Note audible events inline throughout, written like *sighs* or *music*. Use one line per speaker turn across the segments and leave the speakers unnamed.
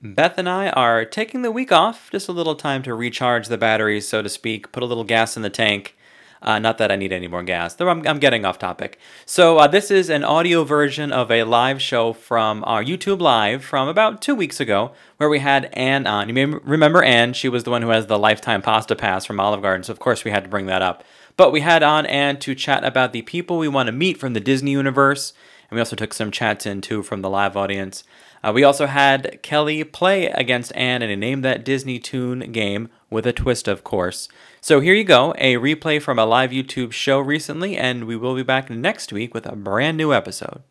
Beth and I are taking the week off, just a little time to recharge the batteries, so to speak, put a little gas in the tank. Uh, not that I need any more gas, though I'm, I'm getting off topic. So, uh, this is an audio version of a live show from our YouTube Live from about two weeks ago, where we had Anne on. You may m- remember Anne, she was the one who has the Lifetime Pasta Pass from Olive Garden, so of course we had to bring that up. But we had on Anne to chat about the people we want to meet from the Disney universe. And we also took some chats in too from the live audience. Uh, we also had Kelly play against Anne in a Name That Disney Tune game with a twist, of course. So here you go a replay from a live YouTube show recently, and we will be back next week with a brand new episode.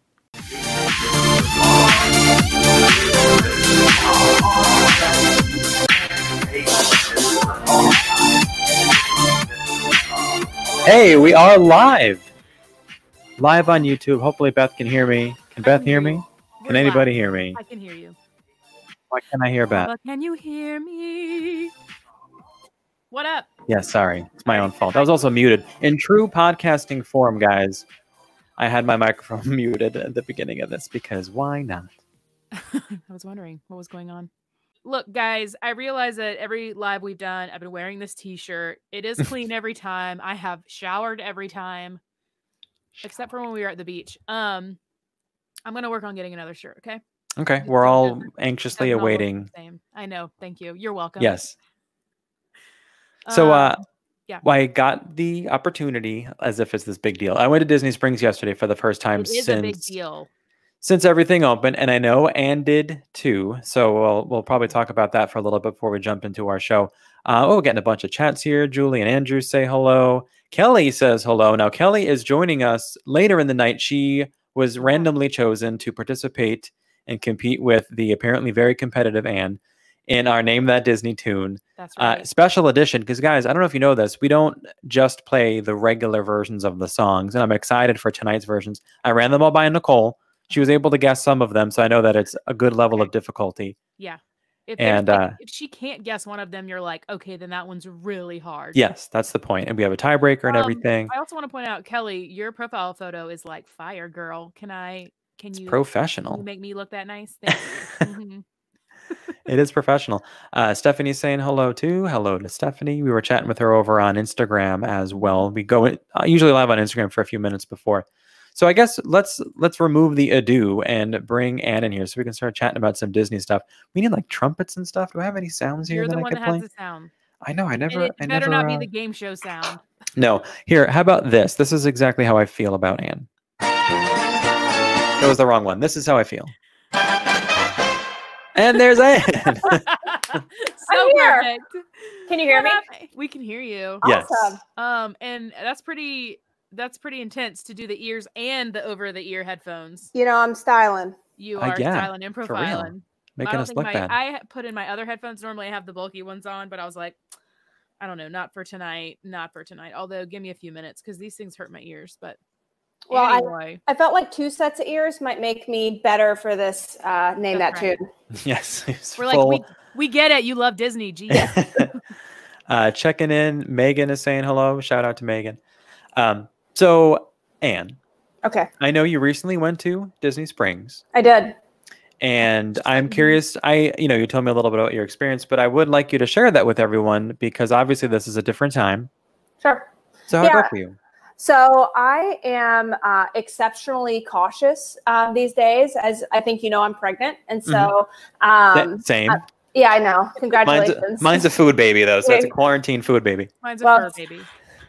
Hey, we are live. Live on YouTube. Hopefully, Beth can hear me. Can Beth hear me?
We're
Can anybody hear me?
Live. I can hear you.
Why can I hear Beth?
But can you hear me? What up?
Yeah, sorry. It's my own fault. I was also muted. In true podcasting form, guys, I had my microphone *laughs* muted at the beginning of this because why not?
*clears throat* I was wondering what was going on. Look, guys, I realize that every live we've done, I've been wearing this t-shirt. It *laughs* is clean every time. I have showered every time, except for when we were at the beach. Um, I'm gonna work on getting another shirt. Okay.
Okay, we're all
That
anxiously
we all look the
awaiting.
Same. I know. Thank you. You're welcome.
Yes. So,
Um,
uh,
yeah.
well, I got the opportunity as if it's this big deal. I went to Disney Springs yesterday for the first time
it is
since
a big deal.
since everything opened, and I know Anne did too. So we'll we'll probably talk about that for a little bit before we jump into our show. Uh, oh, we're getting a bunch of chats here. Julie and Andrew say hello. Kelly says hello. Now Kelly is joining us later in the night. She was randomly chosen to participate and compete with the apparently very competitive Anne in our name that Disney tune
That's right.
uh, special edition because guys i don't know if you know this we don't just play the regular versions of the songs and i'm excited for tonight's versions i ran them all by nicole she was able to guess some of them so i know that it's a good level of difficulty
if there's,
and,
like,
uh,
if she can't guess one of them, you're like, okay, then that one's really hard.
yes that's the point and we have a tiebreaker and
Um,
everything
I also want to point out, Kelly, your profile photo is like fire, girl. Can I? Can
it's
you? Can you
professional
make me look that nice? Thank you. Mhm.
it is professional uh, stephanie's saying hello too hello to stephanie we were chatting with her over on instagram as well we go in, uh, usually live on instagram for a few minutes before so i guess let's let's remove the ado and bring anne in here so we can start chatting about some disney stuff we need like trumpets and stuff do i have any sounds here
You're the
that i
one
could
that has
play
the sound.
i know i never
and it
i
better
never
not
uh,
be the game show sound.
no here how about this this is exactly how i feel about anne that was the wrong one this is how i feel and
*laughs*
there's anne
so
here.
perfect.
Can you hear
What
me?
up? We can hear you.
yes
Awesome.
Um, and that's pretty. That's pretty intense to do the ears and the over the ear headphones.
You know, I'm styling.
You
Uh,
are
yeah,
styling and
real.
profiling. I
making
don't
us
think
look
my,
bad
I ha- put in my other headphones. Normally I have the bulky ones on, but I was like, I don't know, not for tonight, not for tonight. Although give me a few minutes because these things hurt my ears. But
Well, I-
anyway,
I felt like two sets of ears might make me better for this uh, name
That's
that
right.
tune.
Yes, *laughs* it's
we're
full.
*laughs* like, we, we get it. You love Disney. Jesus.
*laughs* uh, checking in. Megan is saying hello. Shout out to Megan. Um, so, Anne,
Okay,
I know you recently went to Disney Springs,
I did.
and I'm curious. I, you know, you told me a little bit about your experience, but I would like you to share that with everyone because obviously this is a different time.
Sure.
So, how'd it
Yeah.
go for you?
So I am uh, exceptionally cautious um, these days, as I think you know, I'm pregnant, and so
Sa-
um,
Same.
uh, yeah, I know.
Mm-hmm. mine's,
Congratulations.
a, mine's a food baby though, so it's a
Yeah.
quarantine food baby.
Mine's a
Well,
fur baby.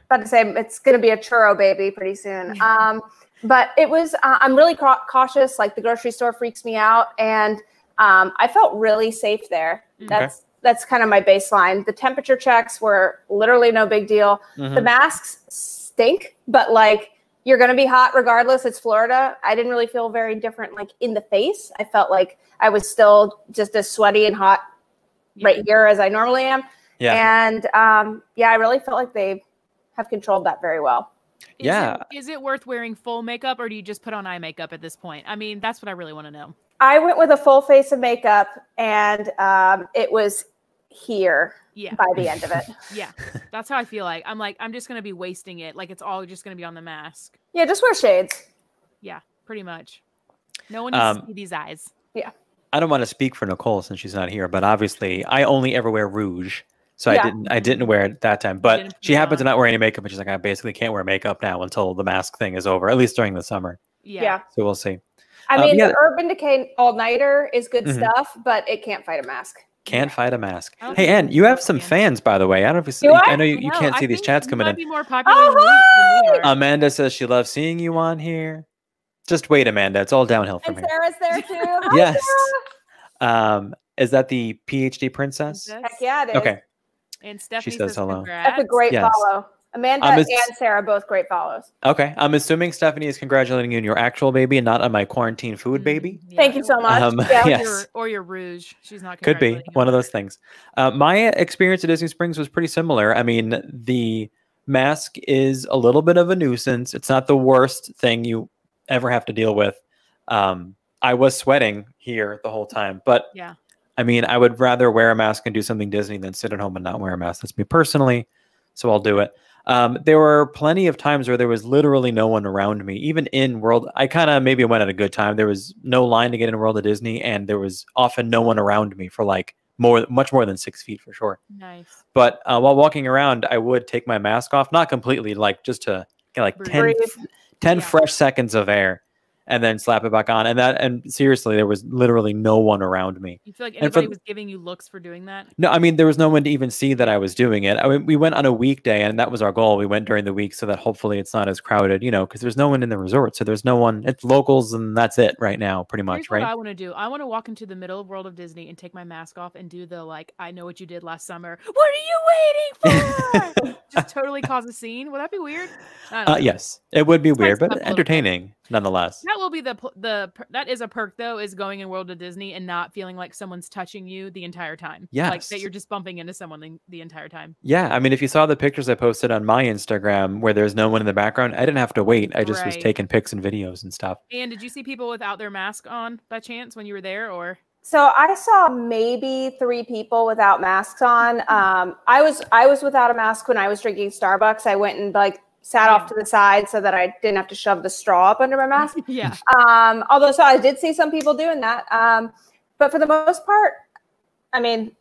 about to say it's going to be a churro baby
*laughs*
pretty soon. Um, but it was, uh, I'm really cau- cautious. Like the grocery store freaks me out, and um, I felt really safe there.
Mm.
That's that's kind of my baseline. The temperature checks were literally no big deal. The
Mhm.
masks stink, but like you're going to be hot regardless. It's Florida. I didn't really feel very different, like in the face. I felt like I was still just as sweaty and hot
Yeah.
right here as I normally am.
Yeah.
And um, yeah, I really felt like they have controlled that very well.
Is
yeah.
It, is it worth wearing full makeup or do you just put on eye makeup at this point? I mean, that's what I really want to know.
I went with a full face of makeup, and um, it was here
Yeah.
by the end of it. *laughs*
Yeah. that's how I feel like. I'm like, I'm just going to be wasting it. Like it's all just going to be on the mask.
Yeah, just wear shades.
Yeah. Pretty much. No one needs
Um,
to see these eyes.
I don't want to speak for Nicole since she's not here, but obviously I only ever wear rouge. So I
Yeah.
didn't I didn't wear it that time.
didn't
But
put
she
it
happened to
on.
not wear any makeup and she's like, I basically can't wear makeup now until the mask thing is over, at least during the summer.
Yeah.
Yeah.
So we'll see.
I
Um,
mean,
yeah.
the Urban Decay All Nighter is good
Mhm.
stuff, but it can't fight a mask.
Can't fight a mask.
I don't
Hey
think
Ann,
we
you
can,
have some
Ann.
fans by the way. I don't know if you see,
Do
I
I?
know you, you
No,
can't
I
see these
think
chats
you
coming
might
in.
Be more popular
Oh,
than, we, than we are.
Amanda says she loves seeing you on here. Just wait, Amanda. It's all downhill from
And
here.
Sarah's there too. Hi,
Yes.
Sarah.
Um, is that the PhD princess?
Yes.
Heck yeah, it is.
Okay.
And Stephanie
says
says
hello.
Congrats.
That's a great
Yes.
follow. Amanda
I'm a-
and Sarah both great follows.
Okay. I'm assuming Stephanie is congratulating you on your actual baby and not on my quarantine food
Mm,
baby.
yeah.
Thank you so much.
Um, *laughs*
yeah.
Or
yes.
your- or your rouge. She's not.
Could be
congratulating you
one of
on
those things. Uh, my experience at Disney Springs was pretty similar. I mean, the mask is a little bit of a nuisance. It's not the worst thing you ever have to deal with. Um, I was sweating here the whole time, but
Yeah.
I mean, I would rather wear a mask and do something Disney than sit at home and not wear a mask. That's me personally, so I'll do it. Um, there were plenty of times where there was literally no one around me. Even in World, I kind of maybe went at a good time. There was no line to get in World of Disney, and there was often no one around me for like more, much more than six feet for sure.
Nice.
But uh, while walking around, I would take my mask off, not completely, like just to get like
Breathe.
10,
Breathe.
10
Yeah.
fresh seconds of air, and then slap it back on. And that, and seriously, there was literally no one around me.
You feel like
And for
anybody
th-
was giving you looks for doing that?
No, I mean there was no one to even see that I was doing it. I mean, we went on a weekday, and that was our goal. We went during the week so that hopefully it's not as crowded, you know, because there's no one in the resort, so there's no one. It's locals, and that's it right now, pretty
Here's
much, right?
what I want to do. I want to walk into the middle of World of Disney and take my mask off and do the like, I know what you did last summer. What are
*laughs*
you waiting for? Just totally cause a scene. Would that be weird? I don't
Uh,
know.
yes, it would be
Spice
weird,
it up a
but
little bit.
entertaining nonetheless.
That will be the pl- the per- that is a perk though is going in World of Disney and not feeling like someone's touching you the entire time. like that
Yes.
you're just bumping into someone the, the entire time.
Yeah, I mean, if you saw the pictures I posted on my Instagram where there's no one in the background, I didn't have to wait. I just was
Right.
taking pics and videos and stuff.
And did you see people without their mask on by chance when you were there? Or
So I saw maybe three people without masks on. Um, I was I was without a mask when I was drinking Starbucks. I went and like sat off to the side so that I didn't have to shove the straw up under my mask.
yeah,
Um, although, so I did see some people doing that. Um, but for the most part, I mean,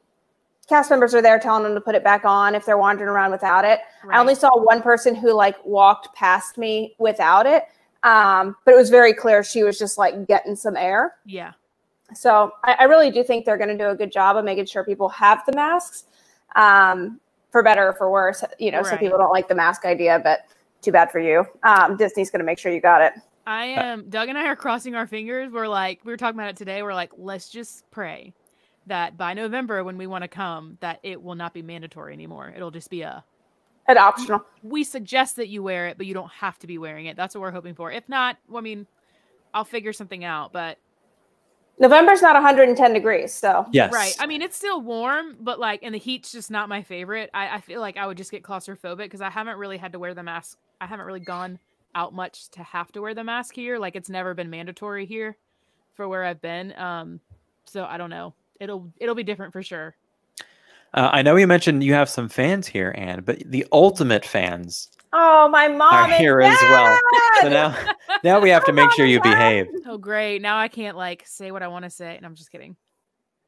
cast members are there telling them to put it back on if they're wandering around without it. I only
right.
saw one person who like walked past me without it. Um, but it was very clear she was just like getting some air.
yeah,
So I, I really do think they're going to do a good job of making sure people have the masks, um, for better or for worse. You know, some
Right.
people don't like the mask idea, but too bad for you. Um, Disney's going to make sure you got it.
I am. Doug and I are crossing our fingers. We're like, we were talking about it today. We're like, let's just pray that by November, when we want to come, that it will not be mandatory anymore. It'll just be a
And optional.
we suggest that you wear it, but you don't have to be wearing it. That's what we're hoping for. If not, well, I mean, I'll figure something out. But
November's not 110 degrees, so
Yes,
right, I mean, it's still warm, but like, and the heat's just not my favorite. I, I feel like I would just get claustrophobic because I haven't really had to wear the mask. I haven't really gone out much to have to wear the mask here. Like, it's never been mandatory here for where I've been. Um, so I don't know. It'll it'll be different for sure.
uh, I know you mentioned you have some fans here, Anne, but the ultimate fans
Oh, my mom
are
is
here as well. So
*laughs*
dead!
now, *laughs* now we have to make sure you
Mama's
behave.
Oh great! Now I can't like say what I want to say, and I'm just kidding.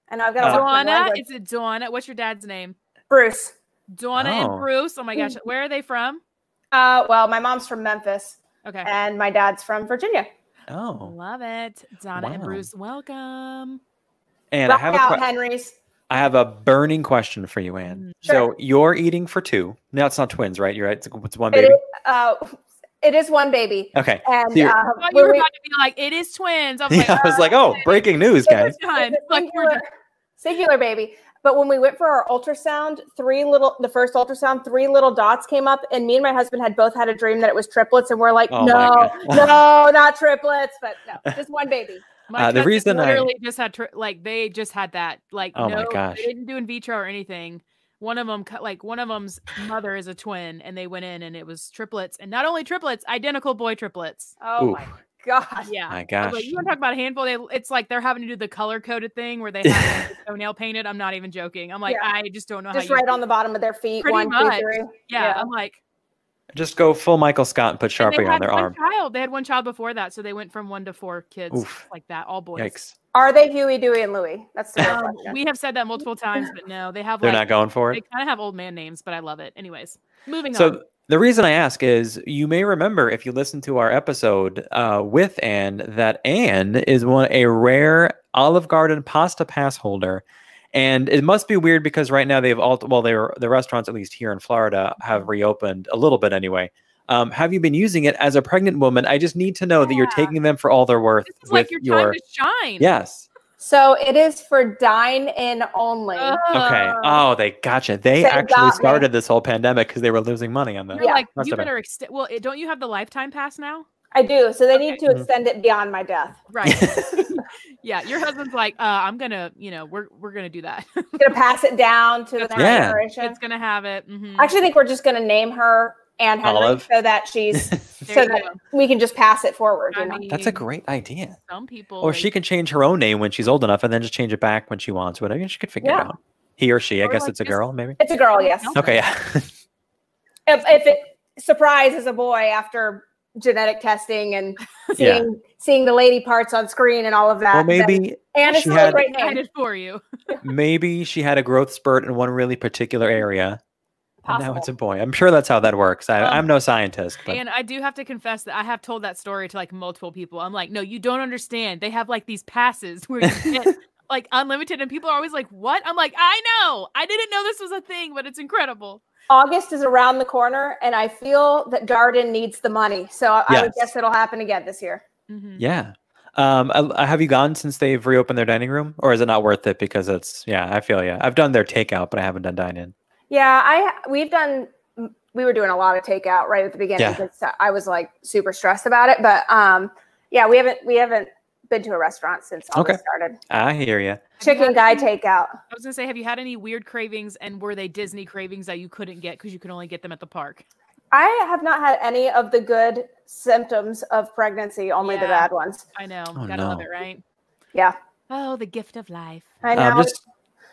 And I've
Uh,
got a
Donna,
one
it's a Donna. What's your dad's name?
Bruce.
Donna
Oh.
and Bruce. Oh my *laughs* gosh, where are they from?
Uh, well, my mom's from Memphis
Okay,
and my dad's from Virginia.
Oh,
love it. Donna and
Wow.
Bruce, welcome.
and I
Rock
have a
out,
que-
Henry's.
I have a burning question for you, Anne.
Mm.
So you're eating for two. No, it's not twins, right? You're right. It's, it's one
It
baby.
is, uh, it is one baby.
Okay.
And
So you're-
uh,
I thought you
when
were
we-
about to be like, it is twins. I was
*laughs*
like,
Yeah, I was like, oh, breaking news,
It
guys.
was-
time.
it's a
Like, we're
singular, singular baby. But when we went for our ultrasound, three little the first ultrasound, three little dots came up, and me and my husband had both had a dream that it was triplets, and we're like,
Oh my
no,
God.
*laughs* no, not triplets, but
*laughs*
no, just one baby.
my
Uh, the
cousins
reason I-
literally just had tri- like they just had that like
Oh
no,
my gosh.
they didn't do in vitro or anything. One of them like one of them's mother is a twin, and they went in and it was triplets, and not only triplets, identical boy triplets.
*laughs*
Oh
Ooh,
my god.
Yeah,
my
I was
gosh.
like, you want to talk about a handful? They, it's like they're having to do the color coded thing where they have
*laughs*
their toenail painted. I'm not even joking. I'm like,
Yeah.
I just don't know
Just
how.
right
you,
on the bottom of their feet.
Pretty
one, two,
much.
three.
yeah,
yeah.
I'm like,
Just go full Michael Scott and put
and they
Sharpie on
had
their
one
arm.
Child. They had one child before that, so they went from one to four kids
Oof.
like that, all boys.
Yikes.
Are they Huey, Dewey, and Louie? That's the real
Um,
question.
we have said that multiple times, but no, they have
They're not
like
going for
they
it.
kind of have old man names, but I love it. Anyways, moving on.
So the reason I ask is you may remember if you listened to our episode uh, with Anne that Anne is one a rare Olive Garden pasta pass holder. And it must be weird because right now they've all well they were the restaurants at least here in Florida have
Mm-hmm.
reopened a little bit anyway. Um, have you been using it as a pregnant woman? I just need to know that you're
Yeah.
taking them for all their worth
This is
with
like your,
your
time to shine.
yes.
So it is for dine in only.
Uh,
Okay. Oh, they gotcha. They
They got
actually
me.
started this whole pandemic because they were losing money on that.
You're
Yeah.
like
Must
you
have been.
better extend. Well, it, don't you have the lifetime pass now?
I do. So they need to
Okay.
extend it beyond my death.
*laughs*
Right. yeah. Your husband's like, uh, I'm gonna, you know, we're we're gonna do that. *laughs*
Gonna pass it down to the next
Yeah.
generation.
it's gonna have it. Mhm.
I actually think we're just gonna name her Anne Henry
Olive.
so
*laughs*
that she's
There
so
you
that
go.
we can just pass it forward. You
I
know?
mean,
That's a great idea.
Some people.
Or
they-
she can change her own name when she's old enough and then just change it back when she wants. Whatever she could figure it
Yeah.
out. He or she, I
Or
guess
like
it's a
just-
girl,
*laughs*
maybe.
It's a girl, yes.
No.
Okay,
*laughs*
yeah.
If, if it surprises a boy after genetic testing and
*laughs* Yeah.
seeing seeing the lady parts on screen and all of that.
well,
then
maybe
Anne is
she
still
had-
a great
I
name.
did for you.
*laughs*
maybe she had a growth spurt in one really particular area. And now
Possible. Oh.
it's a boy. I'm sure that's how that works. I,
Um,
I'm no scientist, but
And I do have to confess that I have told that story to like multiple people. I'm like, no, you don't understand. They have like these passes where
*laughs*
you get like unlimited, and people are always like, what? I'm like, I know. I didn't know this was a thing, but it's incredible.
August is around the corner, and I feel that Darden needs the money. So I, I would
Yes.
guess it'll happen again this year.
Mhm.
yeah. Um, I- I- have you gone since they've reopened their dining room, or is it not worth it because it's yeah? I feel yeah. I've done their takeout, but I haven't done dine in.
Yeah, I we've done we were doing a lot of takeout right at the beginning
Yeah.
because I was like super stressed about it. But um, yeah, we haven't we haven't been to a restaurant since all
Okay.
this started.
I hear you.
Chicken guy takeout.
I was gonna say, have you had any weird cravings, and were they Disney cravings that you couldn't get because you could only get them at the park?
I have not had any of the good symptoms of pregnancy, only the
Yeah.
bad ones.
I know,
Oh,
gotta love
no.
it, right?
Yeah.
Oh, the gift of life.
I know
Um,
it's-
just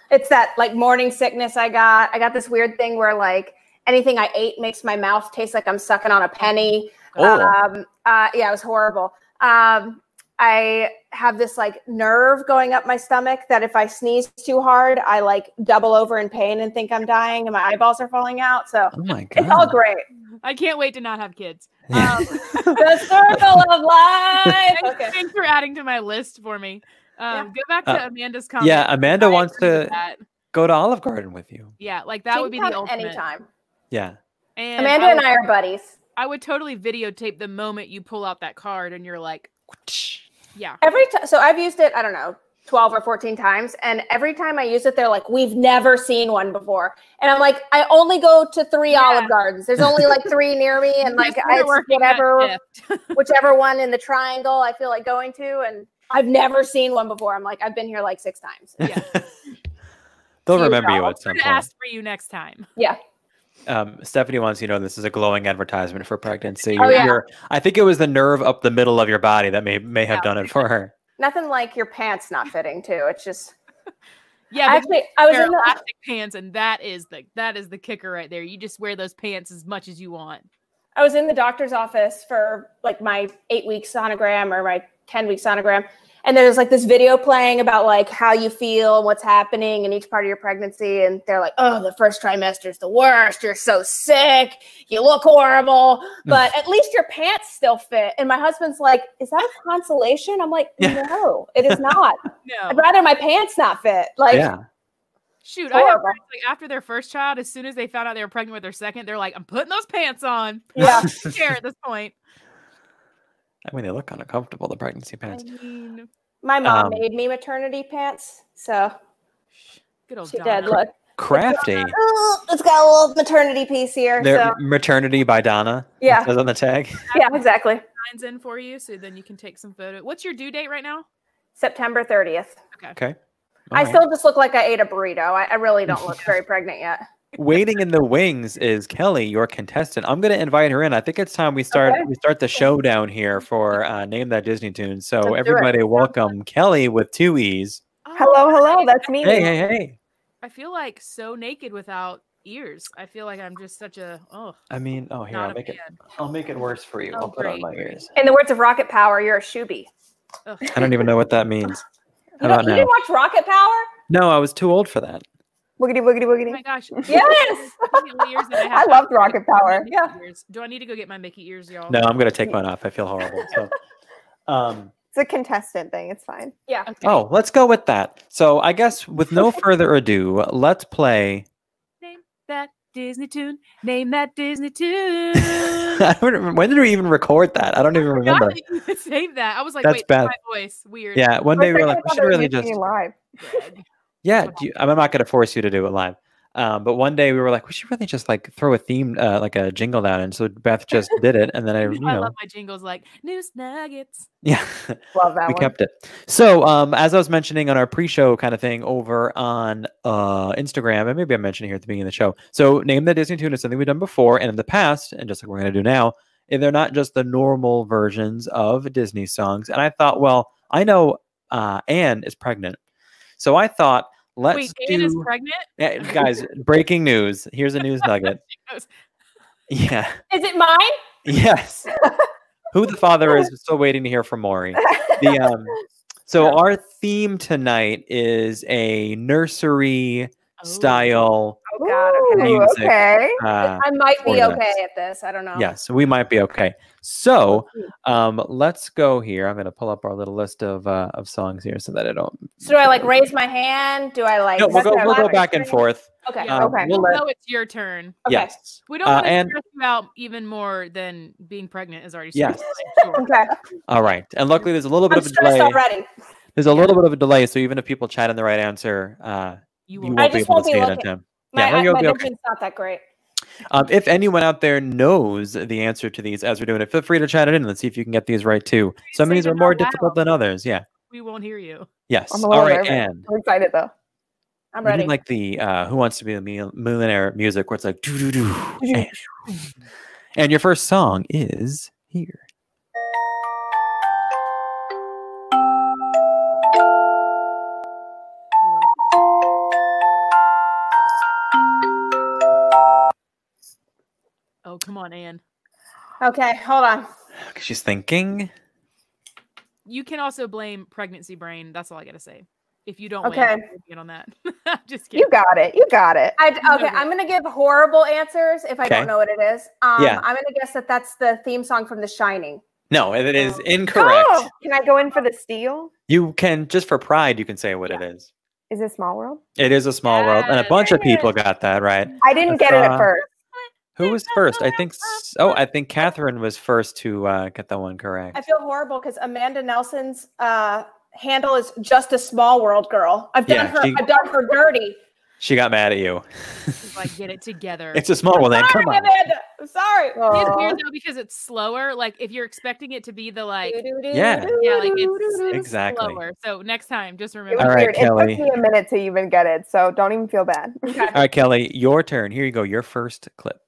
it's that like morning sickness I got. I got this weird thing where like anything I ate makes my mouth taste like I'm sucking on a penny.
Oh.
Um, uh, yeah, it was horrible. Um, I have this like nerve going up my stomach that if I sneeze too hard, I like double over in pain and think I'm dying and my eyeballs are falling out. So
oh my god.
it's all great.
I can't wait to not have
*laughs*
kids.
*laughs* Yeah.
Um,
The circle of life.
thanks,
Okay.
thanks for adding to my list for me. Um, Go back to
Uh,
Amanda's comment.
yeah, Amanda
I
wants
agree with
to-
that.
Go to Olive Garden with you.
Yeah, like that would be the
Anytime,
ultimate.
anytime.
Yeah.
And
Amanda
I
and
would,
I are buddies.
I would totally videotape the moment you pull out that card and you're like, yeah,
Every time, so I've used it. I don't know, twelve or fourteen times, and every time I use it, they're like, "We've never seen one before," and I'm like, "I only go to three
Yeah.
Olive Gardens. There's only like three near me, and like
Just
I, it's
working that
whatever,
shift.
*laughs* whichever one in the triangle I feel like going to." And I've never seen one before. I'm like, I've been here like six times.
Yeah.
They'll
Huge
remember you
Olive
at some
to
point.
ask for you next time.
Yeah,
Um, Stephanie wants you to know this is a glowing advertisement for pregnancy.
Oh,
Your-
yeah.
your- I think it was the nerve up the middle of your body that may may have
Yeah.
done it for her.
nothing like your pants not fitting too. It's just
Yeah, but
actually, I
you
was
wear
in the
elastic pants, and that is the that is the kicker right there. You just wear those pants as much as you want.
I was in the doctor's office for like my eight week sonogram or my 10 week sonogram. And there's like this video playing about like how you feel, what's happening in each part of your pregnancy. And they're like, oh, the first trimester is the worst. You're so sick. You look horrible.
Mm.
But at least your pants still fit. And my husband's like, is that a consolation? I'm like,
Yeah. Oh.
no, it
*laughs*
is not. I'd
No,
rather my pants not fit. Like,
yeah.
shoot, I have
horrible.
friends, like after their first child, as soon as they found out they were pregnant with their second, they're like, "I'm putting those pants on."
yeah.
Care at this point.
*laughs* I mean, they look kind of comfortable. The pregnancy
I
pants.
mean,
My mom
Um,
made me maternity pants. So
good old
she
Donna.
did. Look,
Crafty.
"Oh, it's got a little maternity piece here.
Their
so.
maternity by Donna. it
Yeah.
Says on the tag.
Yeah, exactly.
Signs in for you, so then you can take some photo. What's your due date right now?
September 30th.
Okay. *laughs*
I
Alright.
still just look like I ate a burrito. I, I really don't look very pregnant yet.
Waiting in the wings is Kelly, your contestant. I'm going to invite her in. I think it's time we start
Okay.
we start the showdown here for uh, name that Disney tune. So
do it.
everybody, welcome Kelly with two e's.
Oh,
Hello, hello.
nice.
That's me.
Hey, hey, hey!
I feel like so naked without ears. I feel like I'm just such a oh,
I mean, oh here,
not
I'll
a
make it.
man.
I'll make it worse for you.
Oh,
I'll put on
great,
my
great.
ears.
*laughs* In the words of Rocket Power, you're a shoebie.
Ugh.
I don't even know what that means.
You,
How
know,
about
you
now?
didn't watch Rocket Power?
No, I was too old for that.
Wiggity wiggity
Oh my
wiggity. *laughs*
gosh.
Yes!
Mickey ears that
*laughs* I
have.
loved
I'm gonna
Rocket
go get
Power,
Mickey
yeah.
ears. Do I need to go get my Mickey ears, y'all?
No, I'm gonna take mine off. I feel horrible. *laughs* So, um,
It's a contestant thing. It's fine.
Yeah.
Okay.
oh, let's go with that. So I guess with *laughs* no further ado, let's play. *laughs*
Name that Disney tune. Name that Disney tune.
*laughs* I don't remember, when did we even record that? I don't even
Forgot *laughs*
remember.
that you would say that. I was like,
That's
wait,
bad.
that's my voice. Weird.
Yeah, one
For a
day we were
second,
like,
I
we
thought
should
they were
really
making
just
me live.
*laughs*
Greg.
Yeah,
What
do you, I'm not going to force you to do it live. Um, but one day we were like, we should really just like throw a theme, uh, like a jingle down. And so Beth
*laughs*
just did it. And then I, you
I
know,
love my jingles like news nuggets.
yeah, *laughs*
Love that
we
one.
kept it. So um, as I was mentioning on our pre-show kind of thing over on uh, Instagram, and maybe I'm mentioning here at the beginning of the show. So name the Disney tune is something we've done before and in the past, and just like we're going to do now. And they're not just the normal versions of Disney songs. And I thought, well, I know uh, Anne is pregnant, so I thought. Let's
wait,
do...
Anne is pregnant?
Yeah, guys, breaking news. Here's a news nugget.
*laughs* She goes,
Yeah.
Is it mine?
Yes. Who the father is still waiting to hear from Maury.
*laughs*
The um so
Yeah.
our theme tonight is a nursery
Oh.
style
Oh God. Okay.
Ooh, Music.
okay.
uh
I might be
Or not.
okay at this. I don't know.
yeah, so we might be okay. So um let's go here. I'm gonna pull up our little list of uh of songs here so that I don't
So do I like raise my hand? Do I like?
no, we'll go
Okay,
we'll go
okay.
back and forth.
Okay.
Yeah.
Um,
Okay.
we'll
We'll
let-
know it's your turn.
Okay.
Yes.
We don't
Uh,
want to
and-
stress you out even more than being pregnant is already
Yes.
stressful. I'm sure.
Okay.
All right. And luckily there's a little bit
I'm
of a
stressed
delay.
already.
There's a little bit of a delay, so even if people chat in the right answer, uh, you
You will.
won't
I
be able
just
to
won't be
see it in
looking.
time.
My,
Yeah,
I,
you'll
my
be okay.
vision's not that great.
Um, if anyone out there knows the answer to these as we're doing it, feel free to chat it in. Let's see if you can get these right too. Some of
say
these
them
are more
out loud.
difficult than others. Yeah.
we won't hear you.
Yes.
I'm a
All
little
right.
nervous.
And
I'm excited though.
I'm
we
ready.
need like the uh, Who Wants to Be a Mil- Millionaire music where it's like doo doo doo. And, and your first song is here.
Oh, come on, Anne.
okay, hold on.
Okay, She's thinking.
You can also blame pregnancy brain. That's all I gotta say. If you don't
Okay.
win, we'll get on that. *laughs* just kidding.
You got it. You got it.
I, okay, I'm gonna give horrible answers if I
Okay.
don't know what it is. Um,
Yeah.
I'm gonna guess that that's the theme song from The Shining.
No, it is incorrect.
Oh, can I go in for the steal?
You can, just for pride, you can say what it is.
Is it Small World?
It is a small world. And a bunch of people got that right.
I didn't
That's,
get it at
uh,
first.
Who was first? I think. s- Oh, I think Catherine was first to uh, get that one correct.
I feel horrible because Amanda Nelson's uh, handle is just a small world girl. I've done
Yeah,
her.
she-
I've done her dirty.
She got mad at you.
She's like get it together.
It's a small one. Then
Sorry,
come on.
Amanda. I'm sorry.
It's
Oh,
weird though because it's slower. Like if you're expecting it to be the like
Yeah.
yeah, like it's, it's
Exactly.
slower. So next time, just
it
remember.
was
All right,
weird.
Kelly.
It took me a minute to even get it, so don't even feel bad. *laughs*
Okay.
All right, Kelly, your turn. Here you go. Your first clip.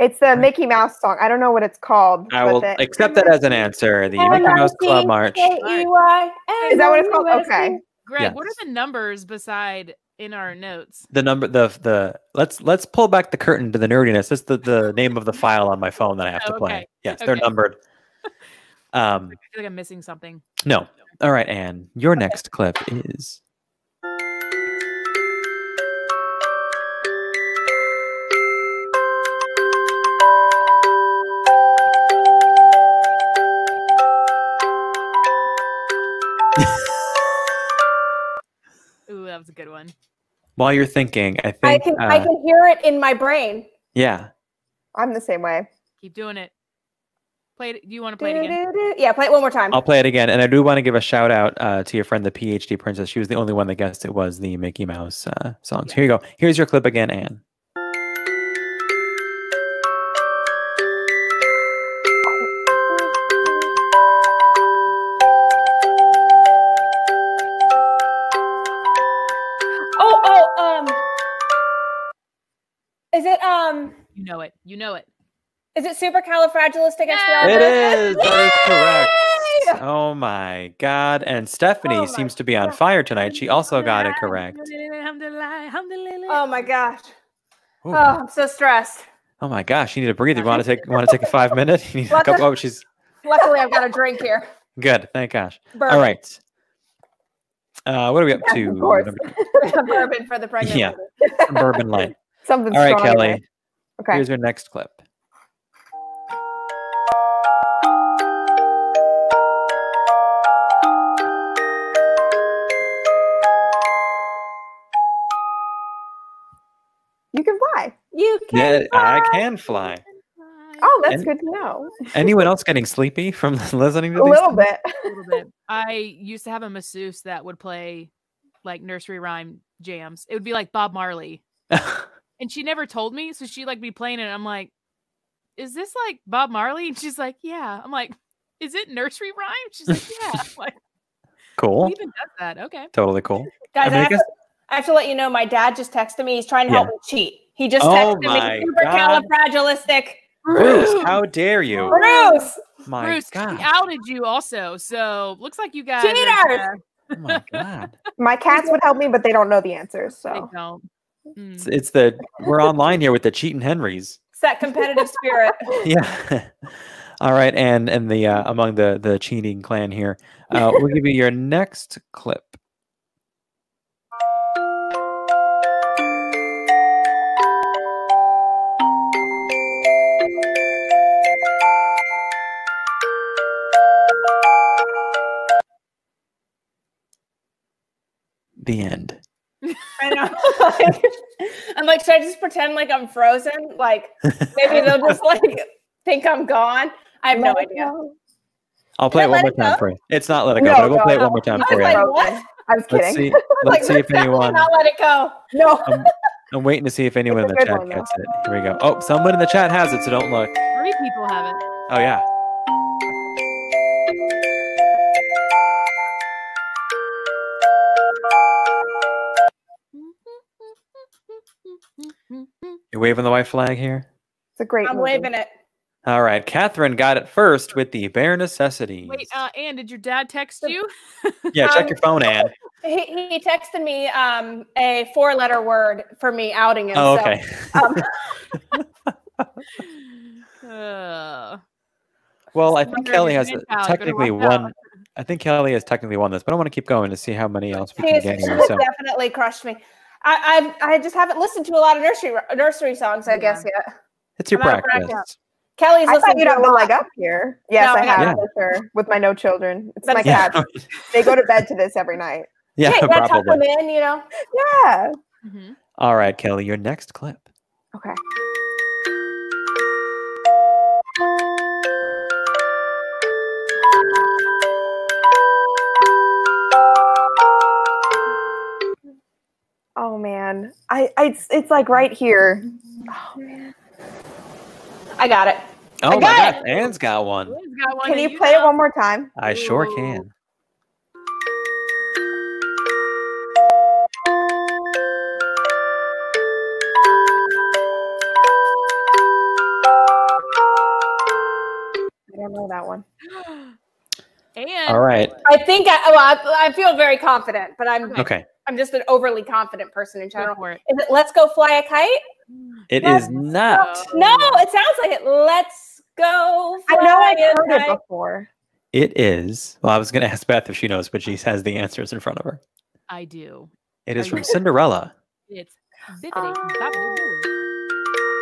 It's the Mickey Mouse song. I don't know what it's called.
I
but
will
the-
accept that as an answer. The Mickey Mouse Club March.
E
Is that what it's called? Okay.
Greg, what
Yes.
are the numbers beside in our notes?
The number, the the let's let's pull back the curtain to the nerdiness. That's the the name of the file on my phone that I have to
Oh,
play.
okay.
Yes, they're
Okay.
numbered. Um,
I feel like I'm missing something.
no. All right, Anne. Your next clip is
Ooh, that was a good one.
while you're thinking. I
I
think.
can.
uh,
I can hear it in my brain.
yeah.
I'm the same way. *laughs*
Keep doing it. Play it. Do you want to play it again?
Do-do-do. Yeah, play it one more time.
I'll play it again. And I do want to give a shout out uh, to your friend, the PhD Princess. She was the only one that guessed it was the Mickey Mouse uh, songs. Here you go. Here's your clip again, Anne.
Oh, oh, um, is it um,
You know it. You know it.
is it supercalifragilisticexpialidocious?
It is. That is correct.
Yay!
Oh my God. And Stephanie
Oh my
seems to be on fire tonight. She also got it correct.
Oh Alhamdulillah, alhamdulillah, alhamdulillah.
Oh my gosh.
Ooh.
Oh, I'm so stressed.
Oh my gosh, you need a breather. You want to take want to take a five minute? *laughs* You need a
What the-
couple. Oh, she's
Luckily, I've got a drink here.
good. Thank gosh.
Bourbon.
All right. Uh, what are we up
Yes,
to?
of course.
Number-
*laughs*
*laughs*
bourbon for the pregnant.
Yeah.
woman.
Bourbon light.
Something
All right,
strong in
Kelly.
there. Okay.
Here's your next clip.
you can fly.
You
Yeah,
can.
I
fly.
can fly.
Oh, that's
And-
good to know.
Anyone else getting sleepy from *laughs* listening to
A
these?
little bit. *laughs*
a little bit. I used to have a masseuse that would play like nursery rhyme jams. It would be like Bob Marley. And she never told me. So she'd like be playing it. And I'm like, is this like Bob Marley? And she's like, yeah. I'm like, is it nursery rhyme? She's like, yeah. I'm like, who
*laughs* cool.
even does that? Okay.
Totally cool.
Guys, I,
mean, I
have
guess-
to, I have to let you know my dad just texted me. He's trying to
Yeah.
help me cheat. He just
Oh
texted
my
me supercalifragilistic.
Bruce, how dare you?
Bruce,
My
Bruce,
God.
she outed you also. So looks like you guys. are,
Cheaters!
uh,
Oh my God.
My cats would help me, but they don't know the answers.
they
So
don't. Mm.
It's, it's the we're online here with the cheating Henrys.
it's that competitive spirit.
Yeah. *laughs* All right, and and the uh, among the the cheating clan here, uh, we'll give you your next clip. The end.
*laughs* I know. *laughs* I'm like, should I just pretend like I'm frozen? Like maybe they'll just *laughs* like think I'm gone. I have no
Let it
idea.
go.
I'll play
I
it one
let
more
it
time
go?
for you. It's not let it go,
No,
but I will
no,
play it
no.
one more time
I
for
was
you.
like,
Okay.
what?
I was
let's
*laughs*
kidding.
see. Let's see
like,
if anyone.
Not let it go.
No.
I'm waiting to see if anyone in
It's
the
a good
chat
one, though.
gets it. Here we go. Oh, someone in the chat has it, so don't look.
Three people have it.
Oh yeah. You're waving the white flag here.
It's a great
I'm
movie.
waving it.
All right. Catherine got it first with the bare necessities.
Wait, uh, Anne, did your dad text
So-
you? *sighs*
yeah, check
um,
your phone, Anne.
He, he texted me um, a four letter word for me outing him.
Oh,
so-
okay. *laughs*
Uh,
Well, I
just
think
wondering
Kelly
if
has
you're in town, better
technically
watch out.
won. I think Kelly has technically won this, but I want to keep going to see how many else we
She
can
has *laughs*
get
she
here.
has
So,
definitely crushed me. I, I've, I just haven't listened to a lot of nursery nursery songs, I
Yeah.
guess yet.
it's your
I'm out of
practice.
Kelly's
I thought
listening
you'd
to a
have the
lot,
leg up here. Yes,
No,
I
I got
have
it.
for sure. With my no children, it's
That's
my
okay.
Yeah.
cats. They go to bed to this every night.
*laughs* Yeah,
Hey, you gotta tuck
probably.
them in, you know.
Yeah.
Mm-hmm.
mhm.
All right, Kelly, your next clip.
Okay. Oh man, I, I it's, it's like right here.
I got it.
Oh my
got
gosh, Anne's got one.
Liz got one
Can
that
you play it
got.
one more time?
I sure
Ooh.
can.
I don't know that one.
And
All right.
I think I, well, I, I feel very confident, but I'm
Okay.
I'm just an overly confident person in
go
general.
for it.
Is it let's go fly a kite?
It
Yes.
is not.
No, it sounds like it. Let's go
I
fly
know I've
a
heard
kite.
it before.
It is. Well, I was going to *laughs* ask Beth if she knows, but she has the answers in front of her.
I do.
It is
Are
from
you-
Cinderella.
It's bibbidi
Um.
bobbidi boo.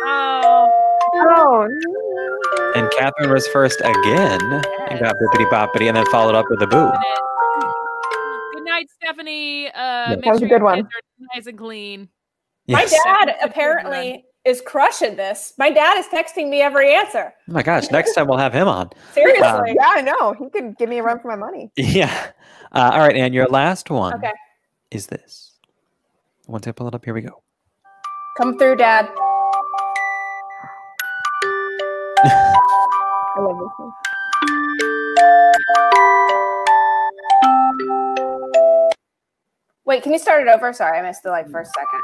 Oh,
Oh,
And Catherine was first again and got bippity boppity and then followed up with a boo.
minute. Good night, Stephanie. Uh, make
That was a
sure
good
your
one.
kids are nice and clean.
My
Yes.
That's
dad
a good
apparently is crushing this. My dad is texting me every answer.
Oh my gosh. Next time we'll have him on. *laughs*
Seriously.
yeah, I know. He could give me a run for my money.
Yeah. Uh, all right. And your last one
Okay.
is this. Once I pull it up, here we go.
Come through, Dad.
I love this one.
Wait, can you start it over? Sorry, I missed the like first second.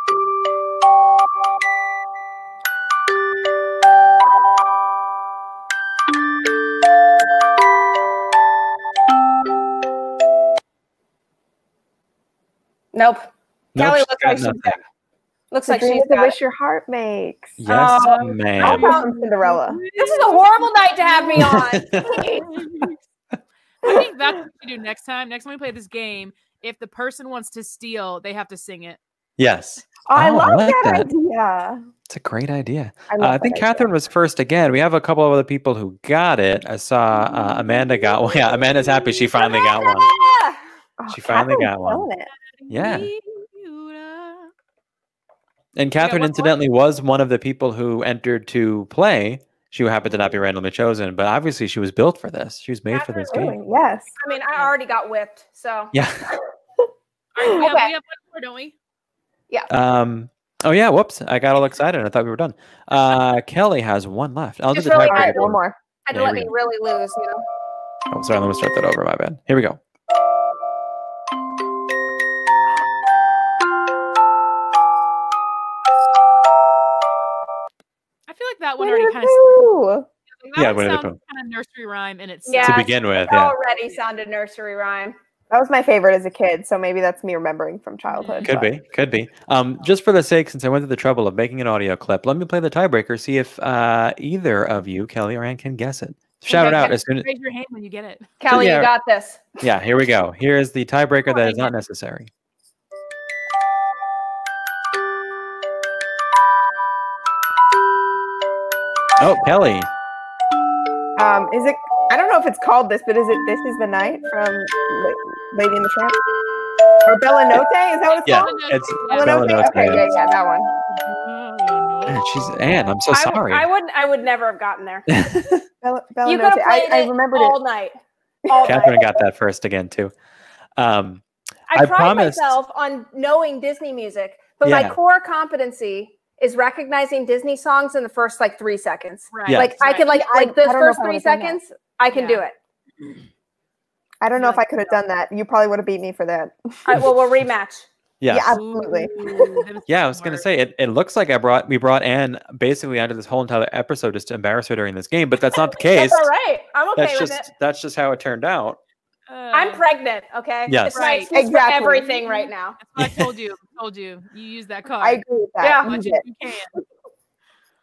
Nope.
she's
Kelly looks
got
like she's
nothing.
got- Looks
The
like
dream
she's
is the
got
wish your heart makes.
Yes,
Oh,
How
ma'am.
about from Cinderella?
This is a horrible night to
*laughs*
have me on.
*laughs*
*laughs*
I think that's what we do next time. Next time we play this game, if the person wants to steal, they have to sing it.
yes,
Oh, I
Oh, I
love
like
that,
that.
idea.
it's a great idea.
I,
Uh,
love
I think
that idea.
Catherine was first again. We have a couple of other people who got it. I saw uh,
Mm-hmm.
Amanda got one. *laughs* Yeah, Amanda's happy she finally got one.
Ah!
Oh,
she finally
Catherine's
got one.
killing it.
Yeah.
Bermuda.
And Catherine,
what- what-
incidentally, was one of the people who entered to play. She happened to not be randomly chosen, but obviously she was built for this. She was made for this game.
Really? Yes.
I mean, I already got whipped, so
Yeah. *laughs*
All right, we, have,
Okay.
we have one more, don't we?
Um. Oh yeah. Whoops. I got all excited. and I thought we were done. Uh, Kelly has one left. I'll do
Just
the
really
All right,
tiebreaker.
one more.
I had to
There
let
we
me
go.
really lose, you know.
Oh, sorry. Let me start that over. My bad. Here we go.
I feel like that one
Winner
already kind of
two.
that
Yeah,
one
Winnie the
sounds kind of nursery rhyme in itself.
To
Yeah.
begin with,
It
yeah,
already sounded nursery rhyme.
That was my favorite as a kid, so maybe that's me remembering from childhood.
could
but-
be, could be. Um, just for the sake, since I went to the trouble of making an audio clip, let me play the tiebreaker. See if uh, either of you, Kelly or Ann, can guess it. Shout it
Okay,
out
okay.
as soon as.
Raise your hand when you get it.
Kelly,
Yeah.
you got this.
Yeah, here we go. Here is the tiebreaker that is
Oh,
not necessary. Oh, Kelly.
Um, is it? I don't know if it's called this, but is it "This Is the Night" from La- Lady and the Tramp or Bella Notte? Is that what it's
Yeah,
called?
it's
Bella
Bella
Notte?
Notte.
Okay, yeah, yeah, that one.
Oh,
Man, She's Anne. I'm so
I w-
sorry.
I wouldn't. I would never have gotten there.
Bella, Bella
you could have
Notte. Oh, I,
played
I
it
remembered
all
it. *laughs*
night. All night.
Catherine got that first again too. Um,
I,
I
pride
promised-
myself on knowing Disney music, but
Yeah.
my core competency is recognizing Disney songs in the first like three seconds.
Right.
Yeah.
Like I could like
Yeah, I-
like
I
those
don't know
first
if I
three
would've done that.
seconds, I can
Yeah.
do it.
I don't know if I
Like-
could have done that. You probably would have beat me for that.
All right, well,
*laughs*
we'll rematch.
yeah.
Yeah, absolutely.
Ooh,
*laughs*
that
Yeah, I was gonna
smart.
say it, it looks like I brought we brought Anne basically onto this whole entire episode just to embarrass her during this game, but that's not the case.
*laughs* That's all right. I'm okay
That's
with
just
it.
that's just how it turned out.
Uh,
I'm pregnant. Okay.
Yes.
It's my
Right.
excuse
Exactly.
for everything right now.
That's what I told you. Told you. You use that card.
I agree with that.
Yeah.
You
Much as
did.
you can.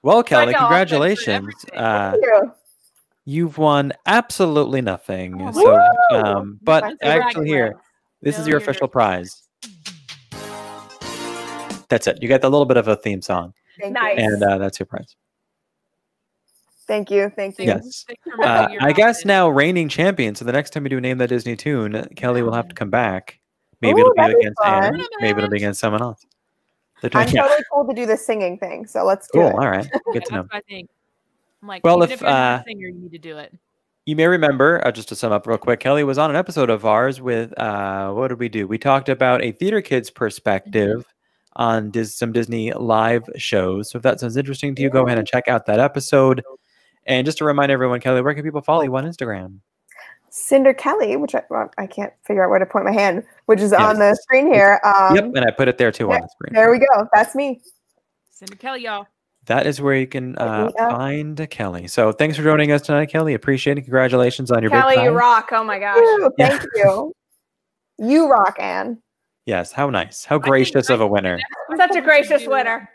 Well, Kelly,
like an offense for
congratulations.
everything.
Uh,
Thank you.
You've won absolutely nothing.
Oh,
so,
woo!
um, but
That's a
actually, here, this is your
Failure.
official prize. That's it. You got a little bit of a theme song,
Thank
Nice.
you.
and uh, that's your prize.
Thank you. Thank you.
Thank-
Yes.
thank you for
*laughs* Uh,
remembering your
I guess
confidence.
now reigning champion. So the next time we do name that Disney tune, Kelly will have to come back. Maybe
Ooh,
it'll
that'd
be
be
against Anne.
fun.
Maybe it'll be against someone else. The
I'm
tune- yeah,
totally cool to do the singing thing, so let's do
Cool.
it.
All right. Good
That's
to know.
*laughs*
what I think. I'm like,
Well,
even
if,
if you're not
uh,
a singer, you need to do it.
You may remember, uh, just to sum up real quick, Kelly was on an episode of ours with, uh, what did we do? We talked about a theater kid's
Mm-hmm.
perspective on dis- some Disney live shows. So if that sounds interesting to you, go ahead and check out that episode. And just to remind everyone, Kelly, where can people follow you on Instagram?
Cinder Kelly, which I, well, I can't figure out where to point my hand, which is on the
Yes.
screen here. Um,
yep. And I put it there too on the screen.
There we go. That's me.
Cindy Kelly, y'all.
That is where you can uh,
me up.
find Kelly. So thanks for joining us tonight, Kelly. Appreciate it. Congratulations on your big
Kelly, you
prize.
rock. Oh my gosh.
Woo,
Yeah.
thank you. You rock, Anne.
Yes. How nice. How gracious of a winner.
Such a gracious winner.